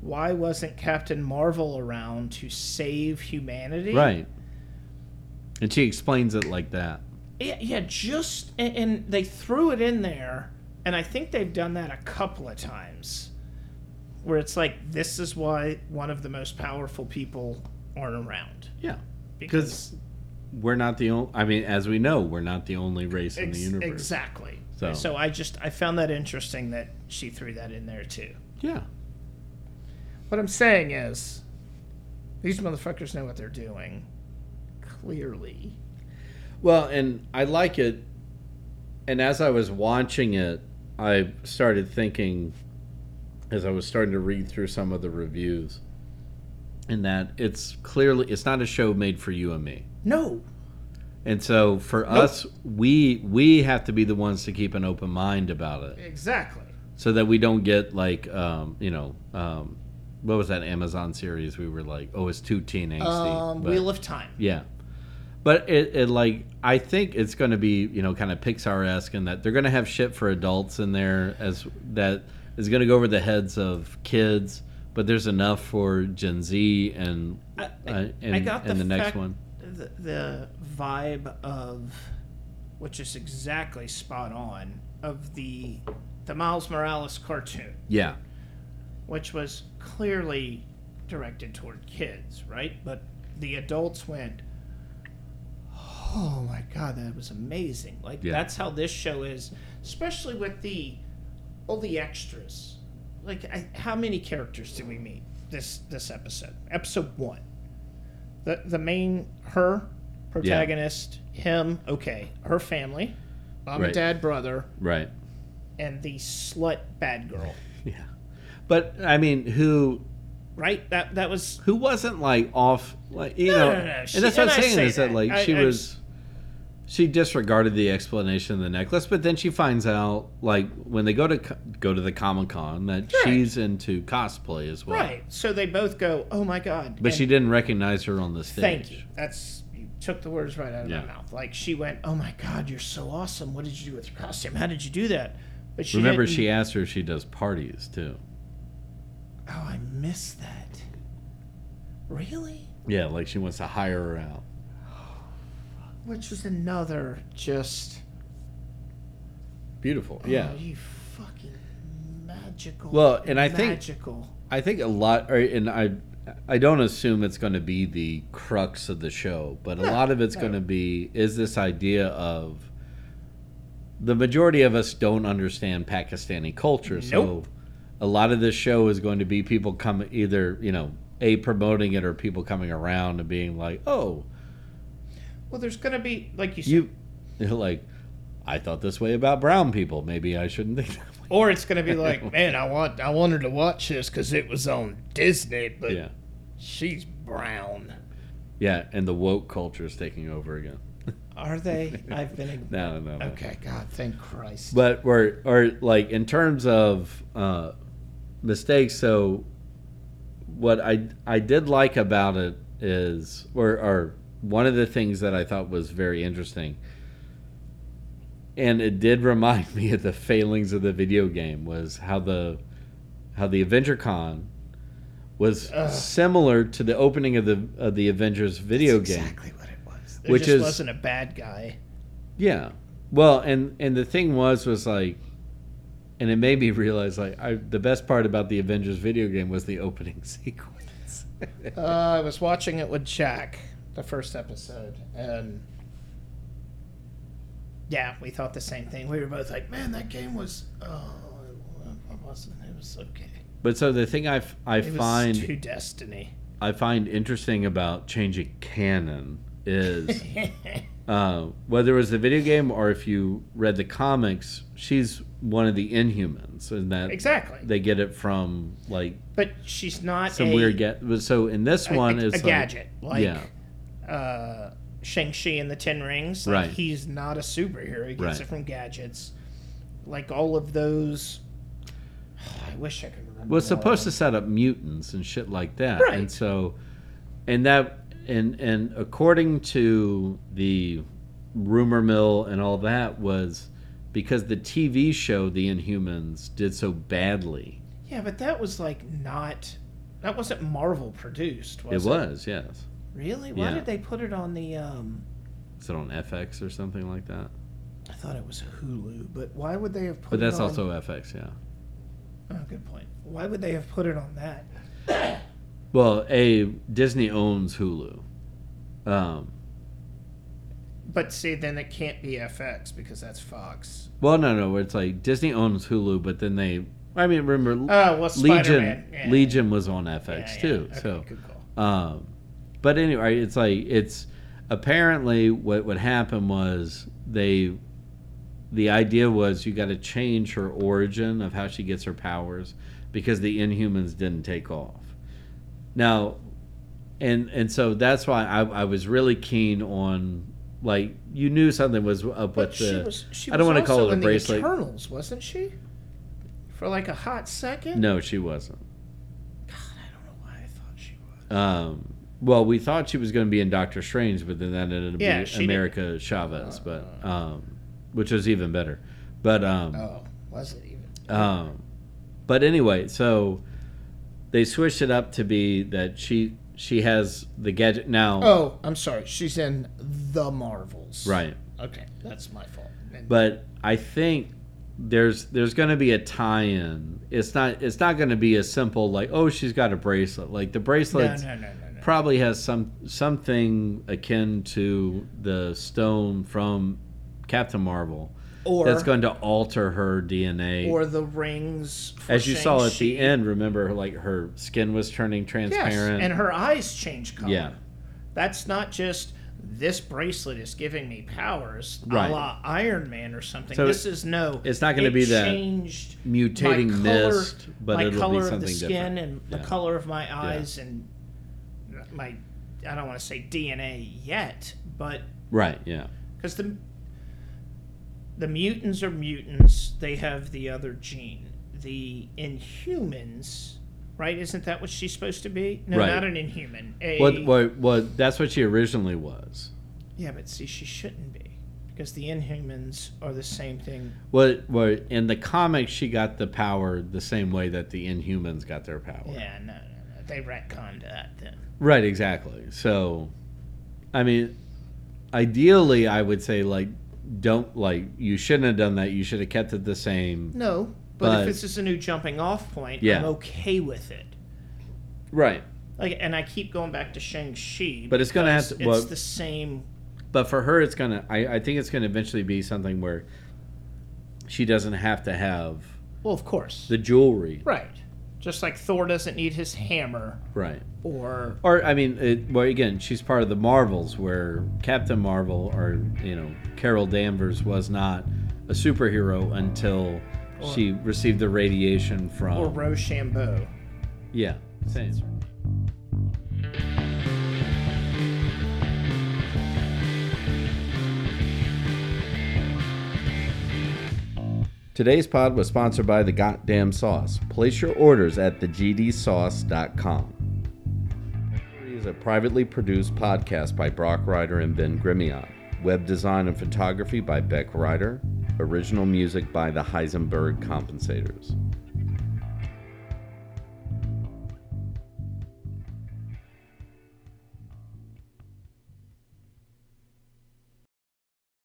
Speaker 3: why wasn't Captain Marvel around to save humanity?
Speaker 1: Right. And she explains it like that.
Speaker 3: Yeah, yeah just and, and they threw it in there, and I think they've done that a couple of times, where it's like this is why one of the most powerful people aren't around
Speaker 1: Yeah.
Speaker 3: because
Speaker 1: We're not the only. I mean, as we know, we're not the only race in the
Speaker 3: Ex-
Speaker 1: universe.
Speaker 3: Exactly.
Speaker 1: So-
Speaker 3: So. I just I found that interesting that she threw that in there too.
Speaker 1: Yeah.
Speaker 3: What I'm saying is these motherfuckers know what they're doing. Clearly.
Speaker 1: Well, and I like it. And as I was watching it, I started thinking, as I was starting to read through some of the reviews, in that it's clearly it's not a show made for you and me.
Speaker 3: No.
Speaker 1: And so for us, we we have to be the ones to keep an open mind about it.
Speaker 3: Exactly.
Speaker 1: so that we don't get like um, you know um, what was that Amazon series we were like oh it's too teen angsty
Speaker 3: Um,
Speaker 1: but,
Speaker 3: Wheel of Time.
Speaker 1: yeah but it, it like I think it's going to be you know kind of Pixar esque in that they're going to have shit for adults in there as that is going to go over the heads of kids but there's enough for Gen Z and
Speaker 3: I,
Speaker 1: uh, and, and the next
Speaker 3: fact-
Speaker 1: one
Speaker 3: The, the vibe of, which is exactly spot on, of the the Miles Morales cartoon,
Speaker 1: yeah
Speaker 3: which was clearly directed toward kids, right? But the adults went, "Oh my god, that was amazing!" Like
Speaker 1: Yeah.
Speaker 3: that's how this show is, especially with the all the extras. Like, I, how many characters do we meet this this episode? Episode one. The the main her protagonist, him, okay, her family, mom
Speaker 1: Right.
Speaker 3: and dad, brother,
Speaker 1: right
Speaker 3: and the slut bad girl.
Speaker 1: yeah but I mean who
Speaker 3: Right? That that was
Speaker 1: who wasn't like off like you
Speaker 3: No,
Speaker 1: know
Speaker 3: no, no, no. She-
Speaker 1: and that's what
Speaker 3: and
Speaker 1: i'm
Speaker 3: I
Speaker 1: saying
Speaker 3: say
Speaker 1: is that,
Speaker 3: that.
Speaker 1: like
Speaker 3: I-
Speaker 1: she
Speaker 3: I-
Speaker 1: was she disregarded the explanation of the necklace but then she finds out like when they go to co- go to the comic-con that
Speaker 3: Right.
Speaker 1: she's into cosplay as well
Speaker 3: right. So they both go, "Oh my god!"
Speaker 1: but
Speaker 3: and
Speaker 1: she didn't recognize her on the stage
Speaker 3: Thank you. That's you took the words right out of
Speaker 1: Yeah.
Speaker 3: my mouth. Like she went, "Oh my God, you're so awesome! What did you do with your costume? How did you do that?" But she
Speaker 1: remember
Speaker 3: didn't-
Speaker 1: she asked her if she does parties too
Speaker 3: Oh, I missed that. Really?
Speaker 1: yeah like she wants to hire her out
Speaker 3: Which was another just.
Speaker 1: beautiful yeah
Speaker 3: Oh, you fucking magical.
Speaker 1: Well, and I think-
Speaker 3: magical.
Speaker 1: I think a lot, or, and I, I don't assume it's going to be the crux of the show, but a lot of it's going to be is this idea of the majority of us don't understand Pakistani culture, so
Speaker 3: Nope.
Speaker 1: a lot of this show is going to be people come either you know a promoting it or people coming around and being like, oh,
Speaker 3: Well, there's gonna be like you said,
Speaker 1: you, like, I thought this way about brown people, maybe I shouldn't think that way.
Speaker 3: or it's gonna be like, man, I want, I wanted to watch this because it was on Disney, but
Speaker 1: Yeah,
Speaker 3: she's brown.
Speaker 1: yeah, and the woke culture is taking over again.
Speaker 3: Are they? I've been. ign-
Speaker 1: No, no, no.
Speaker 3: Okay, God, thank Christ.
Speaker 1: But we're or like in terms of uh, mistakes. So what I I did like about it is or or one of the things that I thought was very interesting, and it did remind me of the failings of the video game was how the how the Avenger Con was
Speaker 3: Ugh.
Speaker 1: similar to the opening of the of the Avengers video
Speaker 3: That's
Speaker 1: game.
Speaker 3: Exactly what it was. There
Speaker 1: Which
Speaker 3: just
Speaker 1: is-
Speaker 3: wasn't a bad guy.
Speaker 1: Yeah. Well, and and the thing was was like, and it made me realize like I the best part about the Avengers video game was the opening sequence.
Speaker 3: Uh, I was watching it with Jack, the first episode, and yeah, we thought the same thing. We were both like, "Man, that game was oh, it wasn't. It was okay.
Speaker 1: But so the thing I, f- I
Speaker 3: It was
Speaker 1: find
Speaker 3: too Destiny."
Speaker 1: I find interesting about changing canon is uh, whether it was the video game or if you read the comics, she's one of the Inhumans, and that
Speaker 3: exactly,
Speaker 1: they get it from like
Speaker 3: but she's not
Speaker 1: some
Speaker 3: a,
Speaker 1: weird get. So in this
Speaker 3: a-
Speaker 1: one
Speaker 3: a,
Speaker 1: is
Speaker 3: a
Speaker 1: like,
Speaker 3: gadget like
Speaker 1: yeah,
Speaker 3: uh, Shang Chi and the Ten Rings. Like,
Speaker 1: Right.
Speaker 3: he's not a superhero; he gets
Speaker 1: Right.
Speaker 3: it from gadgets. Like all of those. I wish I could remember.
Speaker 1: Well, it's
Speaker 3: all of
Speaker 1: supposed
Speaker 3: them.
Speaker 1: to set up mutants and shit like that.
Speaker 3: Right.
Speaker 1: And so, and that, and and according to the rumor mill and all that was because the TV show The Inhumans did so badly.
Speaker 3: Yeah, but that was like not. That wasn't Marvel produced, was
Speaker 1: it
Speaker 3: it?
Speaker 1: was, yes.
Speaker 3: Really? Why
Speaker 1: Yeah.
Speaker 3: did they put it on the? um
Speaker 1: Is it on FX or something like that?
Speaker 3: I thought it was Hulu, but why would they have put?
Speaker 1: But
Speaker 3: it
Speaker 1: that's
Speaker 3: on-
Speaker 1: also FX, yeah.
Speaker 3: Oh, good point. Why would they have put it on that?
Speaker 1: Well, a Disney owns Hulu. Um,
Speaker 3: But see, then it can't be FX because that's Fox.
Speaker 1: well, no, no, it's like Disney owns Hulu, but then they. I mean, remember
Speaker 3: Oh,
Speaker 1: Legion
Speaker 3: well, Spider-Man. Yeah.
Speaker 1: Legion was on
Speaker 3: Yeah,
Speaker 1: FX
Speaker 3: yeah.
Speaker 1: too.
Speaker 3: Okay,
Speaker 1: So,
Speaker 3: good call.
Speaker 1: um, but anyway, it's like it's apparently what what happened was they the idea was you got to change her origin of how she gets her powers because the Inhumans didn't take off. Now, and and so that's why I, I was really keen on like you knew something was up
Speaker 3: But
Speaker 1: with
Speaker 3: she
Speaker 1: the
Speaker 3: was. She
Speaker 1: uh, I don't
Speaker 3: was
Speaker 1: wanna call
Speaker 3: also
Speaker 1: it a
Speaker 3: in
Speaker 1: bracelet.
Speaker 3: The Eternals, wasn't she? For like a hot second.
Speaker 1: no she wasn't.
Speaker 3: God, I don't know why I thought she was.
Speaker 1: Um, well, we thought she was going to be in Doctor Strange, but then that ended up
Speaker 3: Yeah,
Speaker 1: being
Speaker 3: she
Speaker 1: America
Speaker 3: Uh,
Speaker 1: Chavez, but um, which was even better. But um,
Speaker 3: Oh, was it even?
Speaker 1: um, but anyway, so they switched it up to be that she she has the gadget now,
Speaker 3: Oh, I'm sorry. She's in the Marvels.
Speaker 1: right?
Speaker 3: Okay, that's my fault. And-
Speaker 1: But I think there's there's going to be a tie-in. It's not it's not going to be a simple like oh she's got a bracelet like the
Speaker 3: no,
Speaker 1: bracelets.
Speaker 3: no, no, no, no.
Speaker 1: probably has some something akin to the stone from Captain Marvel
Speaker 3: Or
Speaker 1: that's going to alter her DNA.
Speaker 3: or the rings. For
Speaker 1: As you saw at
Speaker 3: Shang-Chi.
Speaker 1: the end, remember, like her skin was turning
Speaker 3: yes,
Speaker 1: transparent.
Speaker 3: and her eyes change color.
Speaker 1: yeah,
Speaker 3: that's not just this bracelet is giving me powers,
Speaker 1: Right.
Speaker 3: a la Iron Man or something.
Speaker 1: So
Speaker 3: this is no.
Speaker 1: it's not gonna
Speaker 3: it
Speaker 1: be that
Speaker 3: changed
Speaker 1: mutating
Speaker 3: my color,
Speaker 1: mist, but
Speaker 3: my
Speaker 1: it'll
Speaker 3: color
Speaker 1: be something
Speaker 3: of the skin
Speaker 1: different.
Speaker 3: and
Speaker 1: Yeah.
Speaker 3: the color of my eyes and my. I don't want to say DNA yet, but
Speaker 1: Right. Yeah.
Speaker 3: because the the mutants are mutants. They have the other gene. The Inhumans, right? Isn't that what she's supposed to be? No,
Speaker 1: Right.
Speaker 3: not an Inhuman. A,
Speaker 1: What? What? What? That's what she originally was.
Speaker 3: Yeah, but see, she shouldn't be because the Inhumans are the same thing.
Speaker 1: What? What? In the comics, she got the power the same way that the Inhumans got their power.
Speaker 3: Yeah, no, no, no. They retconned that then.
Speaker 1: Right, exactly. So, I mean, ideally, I would say like, don't like you shouldn't have done that. You should have kept it the same.
Speaker 3: No, but,
Speaker 1: But-
Speaker 3: if this is a new jumping off point,
Speaker 1: Yeah.
Speaker 3: I'm okay with it.
Speaker 1: Right,
Speaker 3: Like, and I keep going back to Shang Chi,
Speaker 1: but it's gonna have to.
Speaker 3: it's
Speaker 1: Well,
Speaker 3: the same.
Speaker 1: but for her, it's gonna. I, I think it's gonna eventually be something where she doesn't have to have
Speaker 3: Well, of course,
Speaker 1: the jewelry.
Speaker 3: right? Just like Thor doesn't need his hammer
Speaker 1: Right.
Speaker 3: or
Speaker 1: Or I mean, it, well, again, she's part of the Marvels, where Captain Marvel or you know Carol Danvers was not a superhero until she received the radiation from
Speaker 3: or Rochambeau.
Speaker 1: Yeah, same. Today's pod was sponsored by The Goddamn Sauce. Place your orders at thegdsauce.com. Revelry is a privately produced podcast by Brock Ryder and Ben Grimion. Web design and photography by Beck Ryder. Original music by the Heisenberg Compensators.